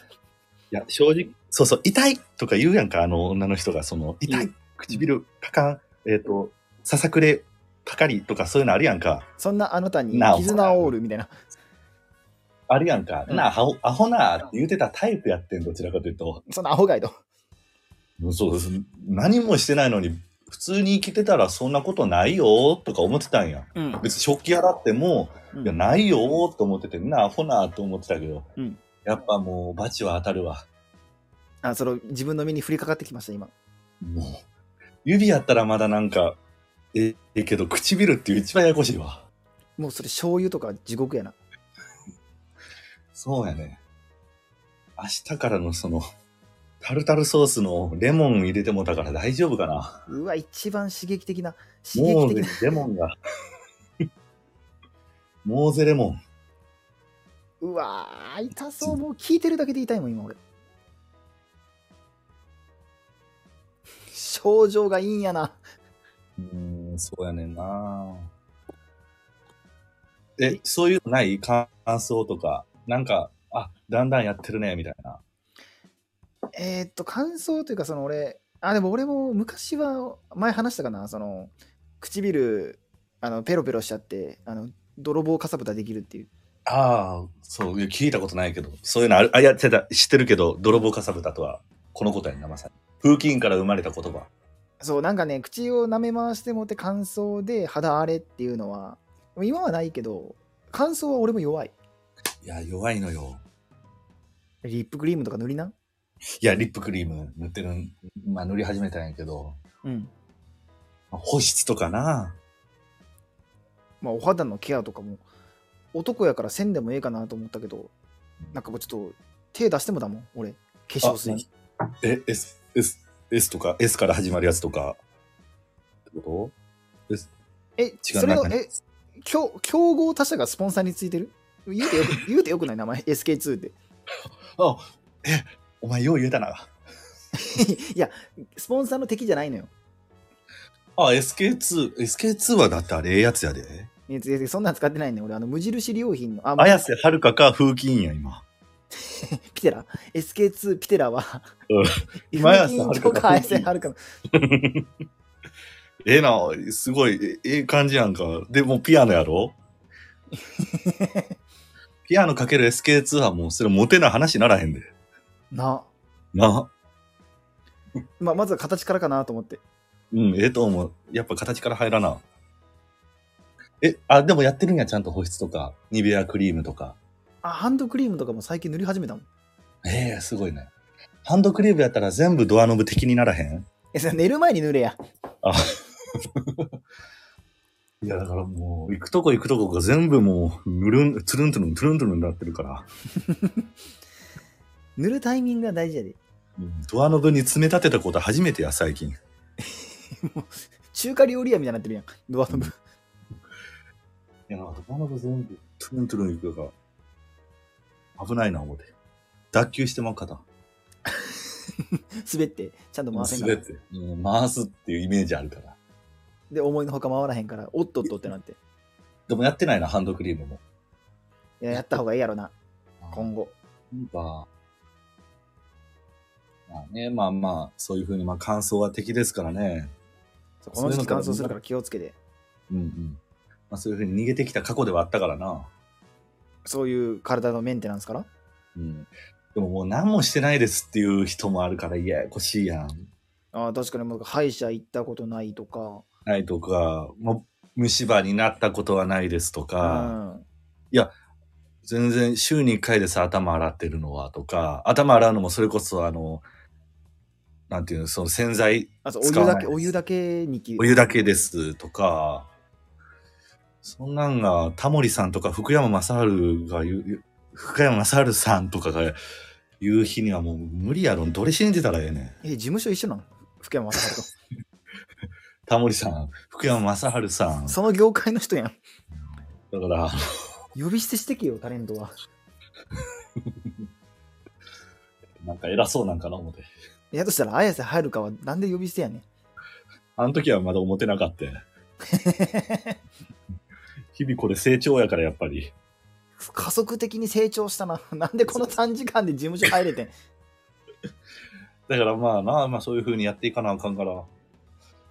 Speaker 2: や、正直、そうそう、痛いとか言うやんか、あの女の人が、その、痛
Speaker 1: う
Speaker 2: い、唇、パカン、えっ、と、ささくれ、パカリとかそういうのあるやんか。
Speaker 1: そんなあなたに
Speaker 2: なお
Speaker 1: 絆オールみたいな。
Speaker 2: あるやんか。
Speaker 1: うん
Speaker 2: なあ、アホ、アホなって言うてたタイプやってん、どちらかというと。
Speaker 1: そんなアホガイド。
Speaker 2: そうです。何もしてないのに、普通に生きてたらそんなことないよ、とか思ってたんや。
Speaker 1: うん。
Speaker 2: 別に食器洗っても、
Speaker 1: うん
Speaker 2: いや、ないよーと思ってて、みんなアホなーと思ってたけど、
Speaker 1: うん
Speaker 2: やっぱもう、バチは当たるわ。
Speaker 1: あ、その自分の身に降りかかってきました、今。
Speaker 2: もう、指やったらまだなんか、えええけど、唇っていう一番ややこしいわ。
Speaker 1: もうそれ醤油とか地獄やな。
Speaker 2: そうやね。明日からのその、タルタルソースのレモン入れてもたから大丈夫かな。
Speaker 1: うわ、一番刺激的な、刺
Speaker 2: モ
Speaker 1: 激
Speaker 2: ー
Speaker 1: 的
Speaker 2: ゼ
Speaker 1: な。
Speaker 2: レモンが。 モーゼレモン。
Speaker 1: うわー、痛そう。もう聞いてるだけで痛いもん、今俺。症状がいいんやな。
Speaker 2: うーん、そうやねんな。え、そういうのない感想とか、なんか、あ、だんだんやってるね、みたいな。
Speaker 1: えーっと、感想というか、その俺、あ、でも俺も昔は、前話したかな、その、唇、あの、ペロペロしちゃって、あの、泥棒かさぶたできるっていう。
Speaker 2: ああ、そう、いや聞いたことないけど、そういうのある、あ、いや、違う、知ってるけど、泥棒かさぶたとは、このことやんな、まさに。風紀委員から生まれた言葉。
Speaker 1: そう、なんかね、口を舐め回してもって乾燥で肌荒れっていうのは、でも今はないけど、乾燥は俺も弱い。
Speaker 2: いや、弱いのよ。
Speaker 1: リップクリームとか塗りな。
Speaker 2: いや、リップクリーム塗ってるん、まあ塗り始めたんやけど、
Speaker 1: うん。
Speaker 2: 保湿とかな。
Speaker 1: まあ、お肌のケアとかも、男やからせんでもええかなと思ったけど、なんかもうちょっと、手出してもだもん、俺。化粧水。
Speaker 2: え、S、S、S とか、S から始まるやつとか。ってこと
Speaker 1: え、
Speaker 2: 違う
Speaker 1: それの
Speaker 2: な、んか
Speaker 1: え、競競合他社がスポンサーについてる言うてよく、言うてよくない名前、SK2 って。
Speaker 2: え、お前よう言えたな。
Speaker 1: いや、スポンサーの敵じゃないのよ。
Speaker 2: あ、SK2、SK2 はだってあれええやつやで。
Speaker 1: いやいやそんなん使ってないね俺、あの、無印良品の、あ、もう
Speaker 2: 綾瀬はるかか風紀委員や、今。
Speaker 1: ピテラ SK2 ピテラは、
Speaker 2: うん
Speaker 1: 今
Speaker 2: 前
Speaker 1: や
Speaker 2: はさ
Speaker 1: さ
Speaker 2: はるかが
Speaker 1: 綾瀬はるかの
Speaker 2: ええな、すごい、えええ感じやんか。でもピアノや ろピアノかける SK2 はもうそれモテな話ならへんで。
Speaker 1: な、
Speaker 2: な。
Speaker 1: まあ、まずは形からかなと思って
Speaker 2: うん、ええと思う。やっぱ形から入らな。え、あ、でもやってるんや、ちゃんと保湿とか、ニベアクリームとか。
Speaker 1: あハンドクリームとかも最近塗り始めたもん
Speaker 2: ええすごいね。ハンドクリームやったら全部ドアノブ的にならへん
Speaker 1: えそれ寝る前に塗れや
Speaker 2: あいや、だからもう、行くとこ行くとこが全部もう、ぬるん、つるんつるん、つるんつるんなってるから、
Speaker 1: 塗るタイミングが大事やで
Speaker 2: うんドアノブに詰め立てたこと初めてや、最近。
Speaker 1: 中華料理屋みたいになってるやんドアノブ
Speaker 2: いや、ドアノブ全部、つるんつるん行くから、危ないな、思って。脱臼してまう方。
Speaker 1: 滑ってちゃんと回せんか
Speaker 2: 滑っ
Speaker 1: ら
Speaker 2: て、うん回すっていうイメージあるから。
Speaker 1: で思いのほか回らへんからおっとっとってなってい
Speaker 2: でもやってないな、ハンドクリームも。
Speaker 1: ややった方がいいやろな今後
Speaker 2: なんか、まあね、まあまあ、そういうふうに、まあ感想は敵ですからね。
Speaker 1: そうこの時期乾燥するから気をつけて
Speaker 2: うんうん。まあそういうふうに逃げてきた過去ではあったからな。
Speaker 1: そういう体のメンテナンスから
Speaker 2: うん。でももう何もしてないですっていう人もあるから、いややこしいやん。
Speaker 1: ああ確かにもう歯医者行ったことないとか、
Speaker 2: ないとか、もう虫歯になったことはないですとか、
Speaker 1: うん、
Speaker 2: 全然週に1回です頭洗ってるのはとか、頭洗うのもそれこそあの、なんていうの、その洗剤、
Speaker 1: あそうお湯
Speaker 2: 使わ
Speaker 1: だ
Speaker 2: ない
Speaker 1: けお湯だけにき
Speaker 2: お湯だけですとか、そんなんが、タモリさんとか福山雅治が言う言う、福山雅治さんとかが言う日にはもう無理やろ、どれ信じたらええねん。
Speaker 1: え事務所一緒なの福山雅治と
Speaker 2: タモリさん、福山雅治さん。
Speaker 1: その業界の人やん
Speaker 2: だから、
Speaker 1: 呼び捨てしてけよタレントは
Speaker 2: なんか偉そうなんかな思って。
Speaker 1: いやとしたら綾瀬はるかはなんで呼び捨てやねん
Speaker 2: あの時はまだ思ってなかった。日々これ成長やからやっぱり。
Speaker 1: 加速的に成長したな なんでこの短時間で事務所入れてん
Speaker 2: だからまあなあ、まあそういう風にやっていかなあかんから。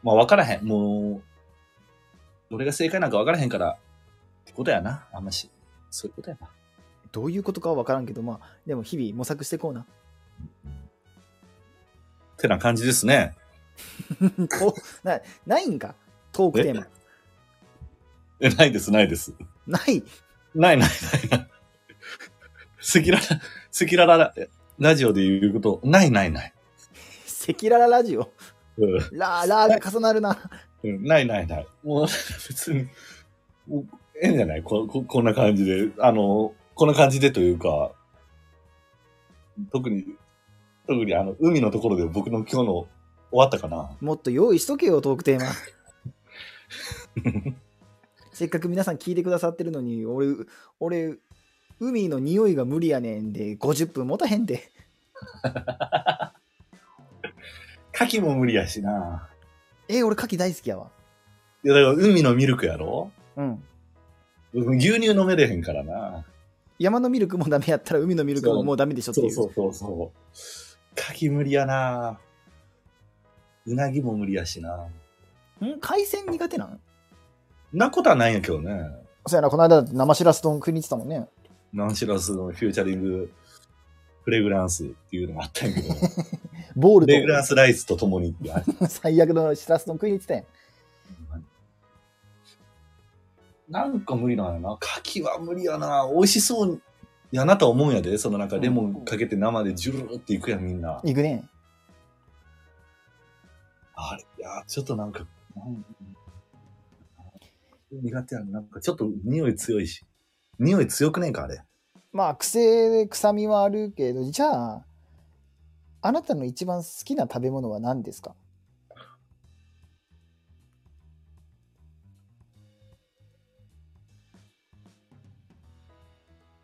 Speaker 2: まあ分からへん。もう、俺が正解なんか分からへんから、ってことやな。あんまし、そういうことやな。
Speaker 1: どういうことかは分からんけどまあでも日々模索してこうな
Speaker 2: てな感じですね。
Speaker 1: こうなないんかトークテーマ
Speaker 2: え、ないです、ないです。
Speaker 1: ない
Speaker 2: ないないないない。 赤裸々、赤裸々ラジオで言うこと、ないないない。
Speaker 1: 赤裸々ラジオ
Speaker 2: うん
Speaker 1: ラーラーが重なるな
Speaker 2: うん、ないないない。もう、 別に、もうええんじゃないこここんな感じで。あの、こんな感じでというか、特に、特にあの、海のところで僕の今日の終わったかな。
Speaker 1: もっと用意しとけよトークテーマ せっかく皆さん聞いてくださってるのに俺俺海の匂いが無理やねんで50分持たへんで
Speaker 2: 牡蠣も無理やしな。
Speaker 1: え俺牡蠣大好きやわ
Speaker 2: いや、だから海のミルクやろ
Speaker 1: うん
Speaker 2: 僕牛乳飲めれへんからな。
Speaker 1: 山のミルクもダメやったら海のミルクももうダメでしょって
Speaker 2: そ
Speaker 1: いう
Speaker 2: うそうそうそう。牡蠣無理やな。うなぎも無理やしな。
Speaker 1: ん海鮮苦手なん
Speaker 2: なことはないんやけどね。
Speaker 1: そうやなこの間生しらす丼食いに行ってたもんね
Speaker 2: ナンシラスのフューチャリング、フレグランスっていうのがあったんや けど、フ
Speaker 1: ボール
Speaker 2: レグラン
Speaker 1: と
Speaker 2: スライスとともにってあれ
Speaker 1: 最悪のしらす丼食いに行ってたやん
Speaker 2: なんか無理なんやな。牡蠣は無理やな。美味しそうやなとは思うんやで。そのなんかレモンかけて生でジュルーっていくやん、みんな。
Speaker 1: 行くね
Speaker 2: あれ、いや、ちょっとなんか、なん苦手やん。なんかちょっと匂い強いし。匂い強くねえか、あれ。
Speaker 1: まあ癖で臭みはあるけどじゃああなたの一番好きな食べ物は何ですか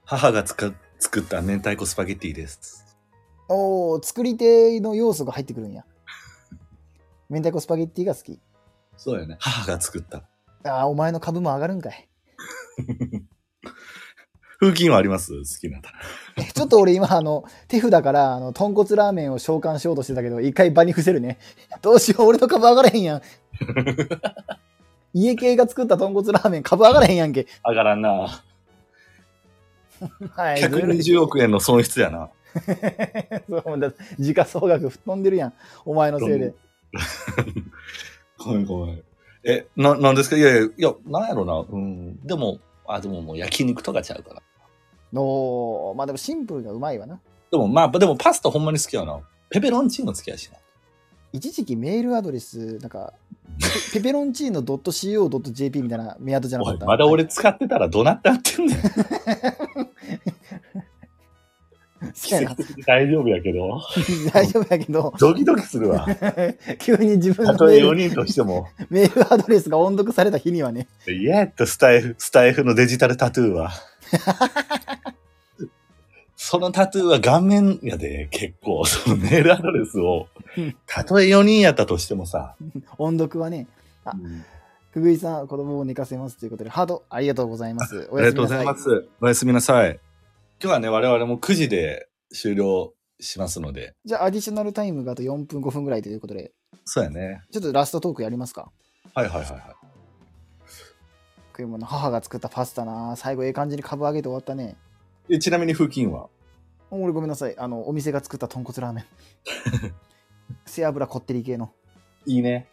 Speaker 2: 母がつか作った明太子スパゲッティです。
Speaker 1: おお作り手の要素が入ってくるんや 明太子スパゲッティが好き
Speaker 2: そうやね。母が作った。
Speaker 1: ああお前の株も上がるんかい
Speaker 2: 風琴はあります好きな。
Speaker 1: えちょっと俺今あの手札からあの豚骨ラーメンを召喚しようとしてたけど一回場に伏せるね どうしよう俺の株上がれへん やん家系が作った豚骨ラーメン株上がれへんやんけ
Speaker 2: 上がらんな。
Speaker 1: はいずるい
Speaker 2: 120億円の損失やな。
Speaker 1: そうだ時価総額吹っ飛んでるやんお前のせいで
Speaker 2: ごめんごめん。え、な、なんですかいやいや、いや、なんやろな。うん。でも、あ、でももう焼肉とかちゃうから。
Speaker 1: おーまあでもシンプルがうまいわな
Speaker 2: でもまあ、でもパスタほんまに好きやな。ペペロンチーノ好きやしな。
Speaker 1: 一時期メールアドレスなんか ペペペロンチーノ .co.jp みたいなメアドじゃな
Speaker 2: お
Speaker 1: かっ
Speaker 2: い、
Speaker 1: た
Speaker 2: まだ俺使ってたらどうなってやってんねん。
Speaker 1: 好きやな
Speaker 2: 大丈夫やけど。
Speaker 1: 大丈夫やけ ど
Speaker 2: ドキドキす るわ。
Speaker 1: 急に自分の
Speaker 2: た
Speaker 1: メ
Speaker 2: とえ
Speaker 1: ー
Speaker 2: 4
Speaker 1: ル
Speaker 2: 人としても。
Speaker 1: メールアドレスが音読された日にはね
Speaker 2: いやっとスタイフ、スタイフのデジタルタトゥー は。そのタトゥーは顔面やで、結構、そのメールアドレスを
Speaker 1: うん、
Speaker 2: たとえ4人やったとしてもさ、
Speaker 1: 音読はねあ
Speaker 2: うん
Speaker 1: くぐいさん子供を寝かせますということでハートありがとうございますお
Speaker 2: あり
Speaker 1: や
Speaker 2: が
Speaker 1: す
Speaker 2: と
Speaker 1: み
Speaker 2: う
Speaker 1: なさ
Speaker 2: ござい
Speaker 1: い
Speaker 2: ます。おやすみなさい。今日はね、我々も9時で終了しますので、
Speaker 1: じゃあアディショナルタイムがあと4分5分ぐらいということで
Speaker 2: そうやね。
Speaker 1: ちょっとラストトークやりますか
Speaker 2: はいはいはいはい。
Speaker 1: 食い物、母が作ったパスタな。最後、ええ感じに株上げて終わったね。
Speaker 2: えちなみに付近は
Speaker 1: 俺ごめんなさい。あの、お店が作った豚骨ラー メン。背脂こってり系の。
Speaker 2: いいね。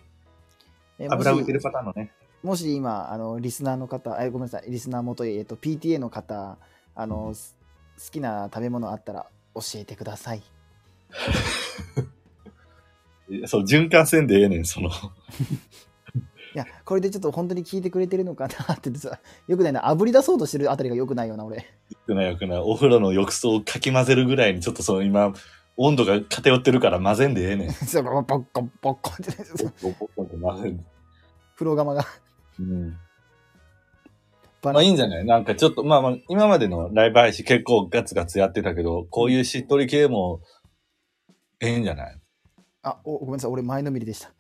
Speaker 1: えもし
Speaker 2: 油浮いてるパターンのね。
Speaker 1: もし今、あの、リスナーの方、えごめんなさい。リスナー元へ、えっと、PTA の方、あの、す好きな食べ物あったら教えてください。
Speaker 2: いやそう、循環せんでええねん、その。
Speaker 1: いや、これでちょっと本当に聞いてくれてるのかなってさ、 よくないな。炙り出そうとしてるあたりがよくないよな、俺。
Speaker 2: よくないよくない。お風呂の浴槽をかき混ぜるぐらいに、ちょっとその今、温度が偏ってるから混ぜんでええ ねん。
Speaker 1: そう、ボッコン、ボッコンって、 そう
Speaker 2: 混ぜんで
Speaker 1: 風呂釜が。
Speaker 2: うん。
Speaker 1: バ
Speaker 2: まあ
Speaker 1: ラ
Speaker 2: いいんじゃないなんかちょっと、まあまあ、今までのライブ配信結構ガツガツやってたけど、こういうしっとり系も、ええんじゃない
Speaker 1: あお、ごめんなさい。俺、前のめりでした。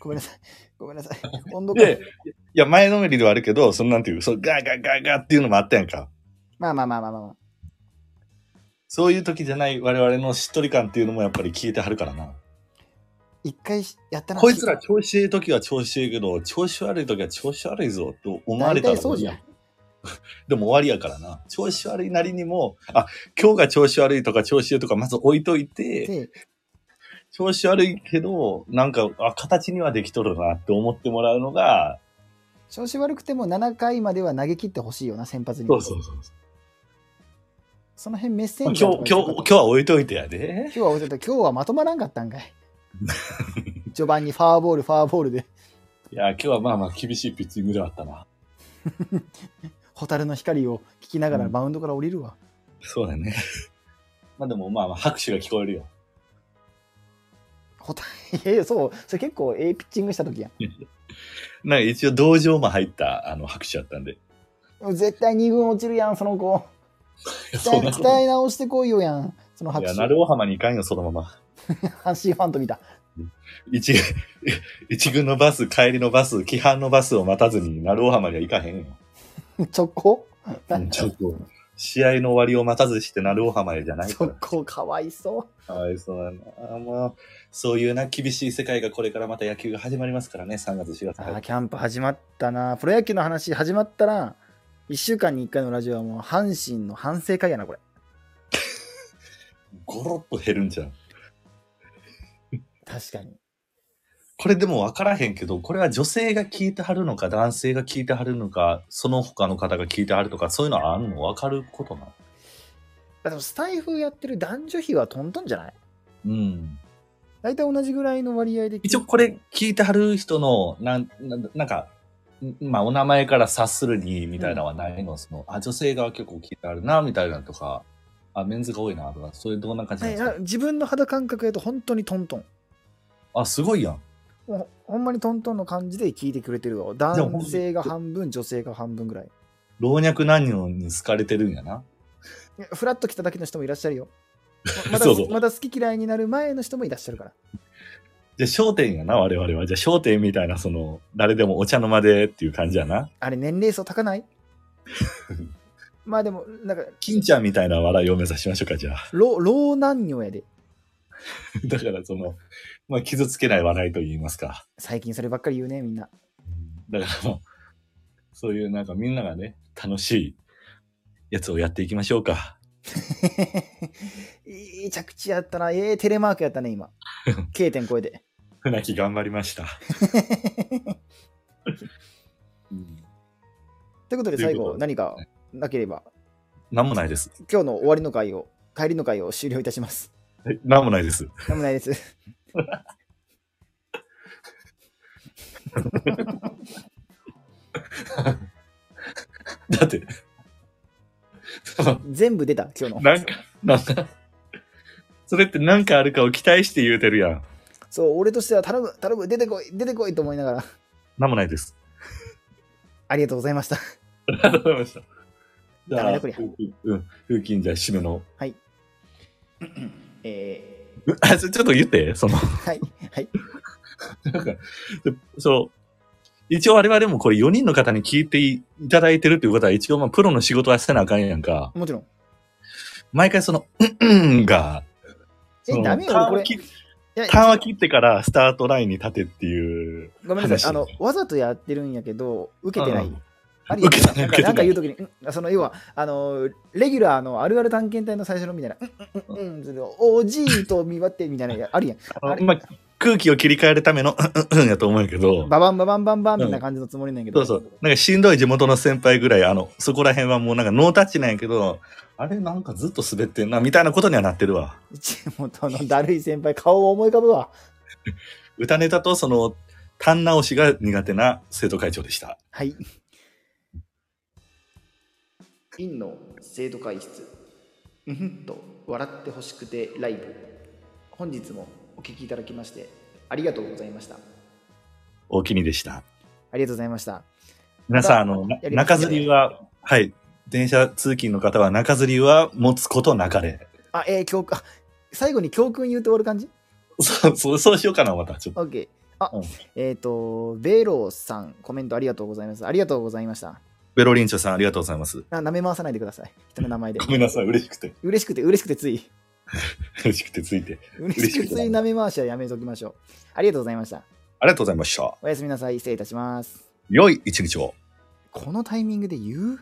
Speaker 1: ごめんなさい。ごめんな さい。温度感
Speaker 2: で。、いや、前のめりではあるけど、そのなんていう、そうガーガーガーガーっていうのもあったやんか。
Speaker 1: まあまあまあまあまあまあ。
Speaker 2: そういう時じゃない我々のしっとり感っていうのもやっぱり聞いてはるからな。
Speaker 1: 一回しやったな。
Speaker 2: こいつら調子いい時は調子いいけど、調子悪い時は調子悪いぞと思われた
Speaker 1: 大
Speaker 2: ら
Speaker 1: 体そうじゃん。
Speaker 2: でも終わりやからな。調子悪いなりにも、あ、今日が調子悪いとか調子いいとかまず置いといて、
Speaker 1: で、
Speaker 2: 調子悪いけど、なんか、あ、形にはできとるなって思ってもらうのが、
Speaker 1: 調子悪くても7回までは投げ切ってほしいよな、先発に。
Speaker 2: うそう。
Speaker 1: その辺メッセ
Speaker 2: ま
Speaker 1: ン
Speaker 2: あ
Speaker 1: ジャ
Speaker 2: 今
Speaker 1: ーと
Speaker 2: 日、
Speaker 1: か
Speaker 2: 今
Speaker 1: に
Speaker 2: 日、今日は置いといてやで。
Speaker 1: 今日はおちょっと今日はまとまらんかったん かい。序盤にファーボール、ファーボールで、
Speaker 2: いや、今日はまあまあ厳しいピッチングではあったな。
Speaker 1: 蛍の光を聞きながら
Speaker 2: うん
Speaker 1: マウンドから降りるわ。
Speaker 2: そうだね。 まあでもまあまあ拍手が聞こえるよ。
Speaker 1: 蛍、 いやいや、そう、それ結構ええピッチングした時や
Speaker 2: なんか一応同情も入った、あの、拍手やったんで。
Speaker 1: ん。絶対2軍落ちるやん、その子。
Speaker 2: い
Speaker 1: 鍛
Speaker 2: やそ
Speaker 1: え
Speaker 2: んなこと
Speaker 1: 鍛え直してこいよやん、その
Speaker 2: い
Speaker 1: 拍手。
Speaker 2: や、鳴尾浜に行かんよ、そのまま。
Speaker 1: 阪神ファンと見た。
Speaker 2: 一、一軍のバス、帰りのバス、規範のバスを待たずに、鳴尾浜には行かへんよ。
Speaker 1: 直行
Speaker 2: ちょっと、試合の終わりを待たずして鳴尾浜へじゃな いか
Speaker 1: 直
Speaker 2: ら。
Speaker 1: 行かわいそう。
Speaker 2: かわいそうだな。まあ、そういうな、厳しい世界がこれからまた野球が始まりますからね、3月、4月。
Speaker 1: あーキャンプ始まったな。プロ野球の話始まったら、1週間に1回のラジオはもう阪神の反省会やな、これ。
Speaker 2: ゴロッと減るんじゃん。
Speaker 1: 確かに。
Speaker 2: これでも分からへんけど、これは女性が聞いてはるのか、男性が聞いてはるのか、その他の方が聞いてはるとか、そういうのはあるの分かることなの
Speaker 1: でもスタイフやってる男女比はトントンじゃない
Speaker 2: うん。
Speaker 1: 大体同じぐらいの割合で。
Speaker 2: 一応これ聞いてはる人の、なん、なんなんか、んまあお名前から察するに、みたいなのはないの、その、あ、女性が結構聞いてはるな、みたいなとか、あ、メンズが多いな、とか、そういうどんな感じ
Speaker 1: は
Speaker 2: なんで
Speaker 1: い、
Speaker 2: すか、
Speaker 1: あ自分の肌感覚やと本当にトントン。
Speaker 2: あ、すごいやん。
Speaker 1: もうほんまにトントンの感じで聞いてくれてるわ。男性が半分、女性が半分ぐらい。
Speaker 2: 老若男女に好かれてるんやな。
Speaker 1: いやフラッと来ただけの人もいらっしゃるよ。ままだ
Speaker 2: そうそう
Speaker 1: まだ好き嫌いになる前の人もいらっしゃるから。
Speaker 2: じゃあ、商店やな、我々は。じゃあ、商店みたいな、その、誰でもお茶の間でっていう感じやな。
Speaker 1: あれ、年齢層高 ないまあでも、なんか、
Speaker 2: 金ちゃんみたいな笑いを目指しましょうか、じゃあ。
Speaker 1: 老老男女やで。
Speaker 2: だから、その、まあ、傷つけない笑いと言いますか。
Speaker 1: 最近そればっかり言うね、みん な。
Speaker 2: だからもう、そういうなんかみんながね、楽しいやつをやっていきましょうか。
Speaker 1: いい着地やったな。ええテレマークやったね、 今。K 点超えて。
Speaker 2: 船木頑張りました。
Speaker 1: ということで、最
Speaker 2: というこ
Speaker 1: 後、
Speaker 2: とで
Speaker 1: 何かなければ、
Speaker 2: なんもないです。
Speaker 1: 今日の終わりの回を、帰りの回を終了いたし ます。
Speaker 2: はいなんもないです。
Speaker 1: なんもないです。
Speaker 2: だって、
Speaker 1: 全部出た、今日の。
Speaker 2: なんか、なんか、それってなんかあるかを期待して言うてるやん。
Speaker 1: そう、俺としては頼む、頼む、出てこい、出てこいと思いながら、
Speaker 2: なんもない です。
Speaker 1: ありがとうございました。
Speaker 2: ありがとうございました。じ
Speaker 1: ダメ
Speaker 2: ゃあ、
Speaker 1: だこりゃ
Speaker 2: 風琴うん、風琴じゃあ締めの。
Speaker 1: え
Speaker 2: あ、ちょちょっと言って、その、
Speaker 1: ー、はい、はい。
Speaker 2: なんか、そう。一応我々もこれ4人の方に聞いていただいてるっていうことは一応まあプロの仕事はしてなあかんやんか。
Speaker 1: もちろん。
Speaker 2: 毎回その、うんうんが、
Speaker 1: え
Speaker 2: そ、の
Speaker 1: ダメよ、俺これ
Speaker 2: 換。気
Speaker 1: や
Speaker 2: 緩和切ってからスタートラインに立てっていう。
Speaker 1: ごめんなさい、あの、
Speaker 2: 話
Speaker 1: わざとやってるんやけど、受けてない。
Speaker 2: うん
Speaker 1: あるやん
Speaker 2: 受けてな
Speaker 1: な
Speaker 2: い
Speaker 1: んかなんか言う
Speaker 2: 受
Speaker 1: ときに、うんその要は、あの、レギュラーのあるある探検隊の最初のみたいな、うん、うん、うん、それでおじいと見張ってみたい な、あるやん。
Speaker 2: あの
Speaker 1: あれ
Speaker 2: まあ、空気を切り替えるための、うんうんやと思うんやけど、
Speaker 1: ババンババンバンバンみたいな感じのつもりなんやけ
Speaker 2: そ
Speaker 1: ど、
Speaker 2: うそう。なんかしんどい地元の先輩ぐらい、あの、そこら辺はもうなんかノータッチなんやけど、あれなんかずっと滑ってんな、みたいなことにはなってるわ。
Speaker 1: 地元のだるい先輩、顔を思い浮かぶわ。
Speaker 2: 歌ネタとその、単直しが苦手な生徒会長でした。
Speaker 1: はい。院の生徒会室、うんふんと笑ってほしくてライブ。本日もお聞きいただきまして、ありがとうございました。
Speaker 2: 大きにでし
Speaker 1: あ
Speaker 2: た。
Speaker 1: りがとうございました。
Speaker 2: 皆さん、あ
Speaker 1: また
Speaker 2: の、な
Speaker 1: やります
Speaker 2: 中吊りは、はい。電車通勤の方は中吊りは持つことなかれ。
Speaker 1: あ、えー、教訓、あ最後に教訓言うて終わる感じ
Speaker 2: そう、そう、そうしようかな、また。ちょっと。
Speaker 1: ?OK。あ、
Speaker 2: うん
Speaker 1: えっ、と、ベローさん、コメントありがとうございます。ありがとうございました。
Speaker 2: ベロリンチョさん、ありがとうございます。
Speaker 1: な舐め回さないでください。人の名前で。
Speaker 2: ごめんなさい、嬉しくて。
Speaker 1: 嬉しくて、嬉しくてつい。
Speaker 2: 嬉しくてついて。
Speaker 1: 嬉
Speaker 2: しくて
Speaker 1: しくてつい舐め回しはやめときましょう。ありがとうございました。
Speaker 2: ありがとうございました。
Speaker 1: おやすみなさい。失礼いたします。
Speaker 2: 良い一日を。
Speaker 1: このタイミングで言う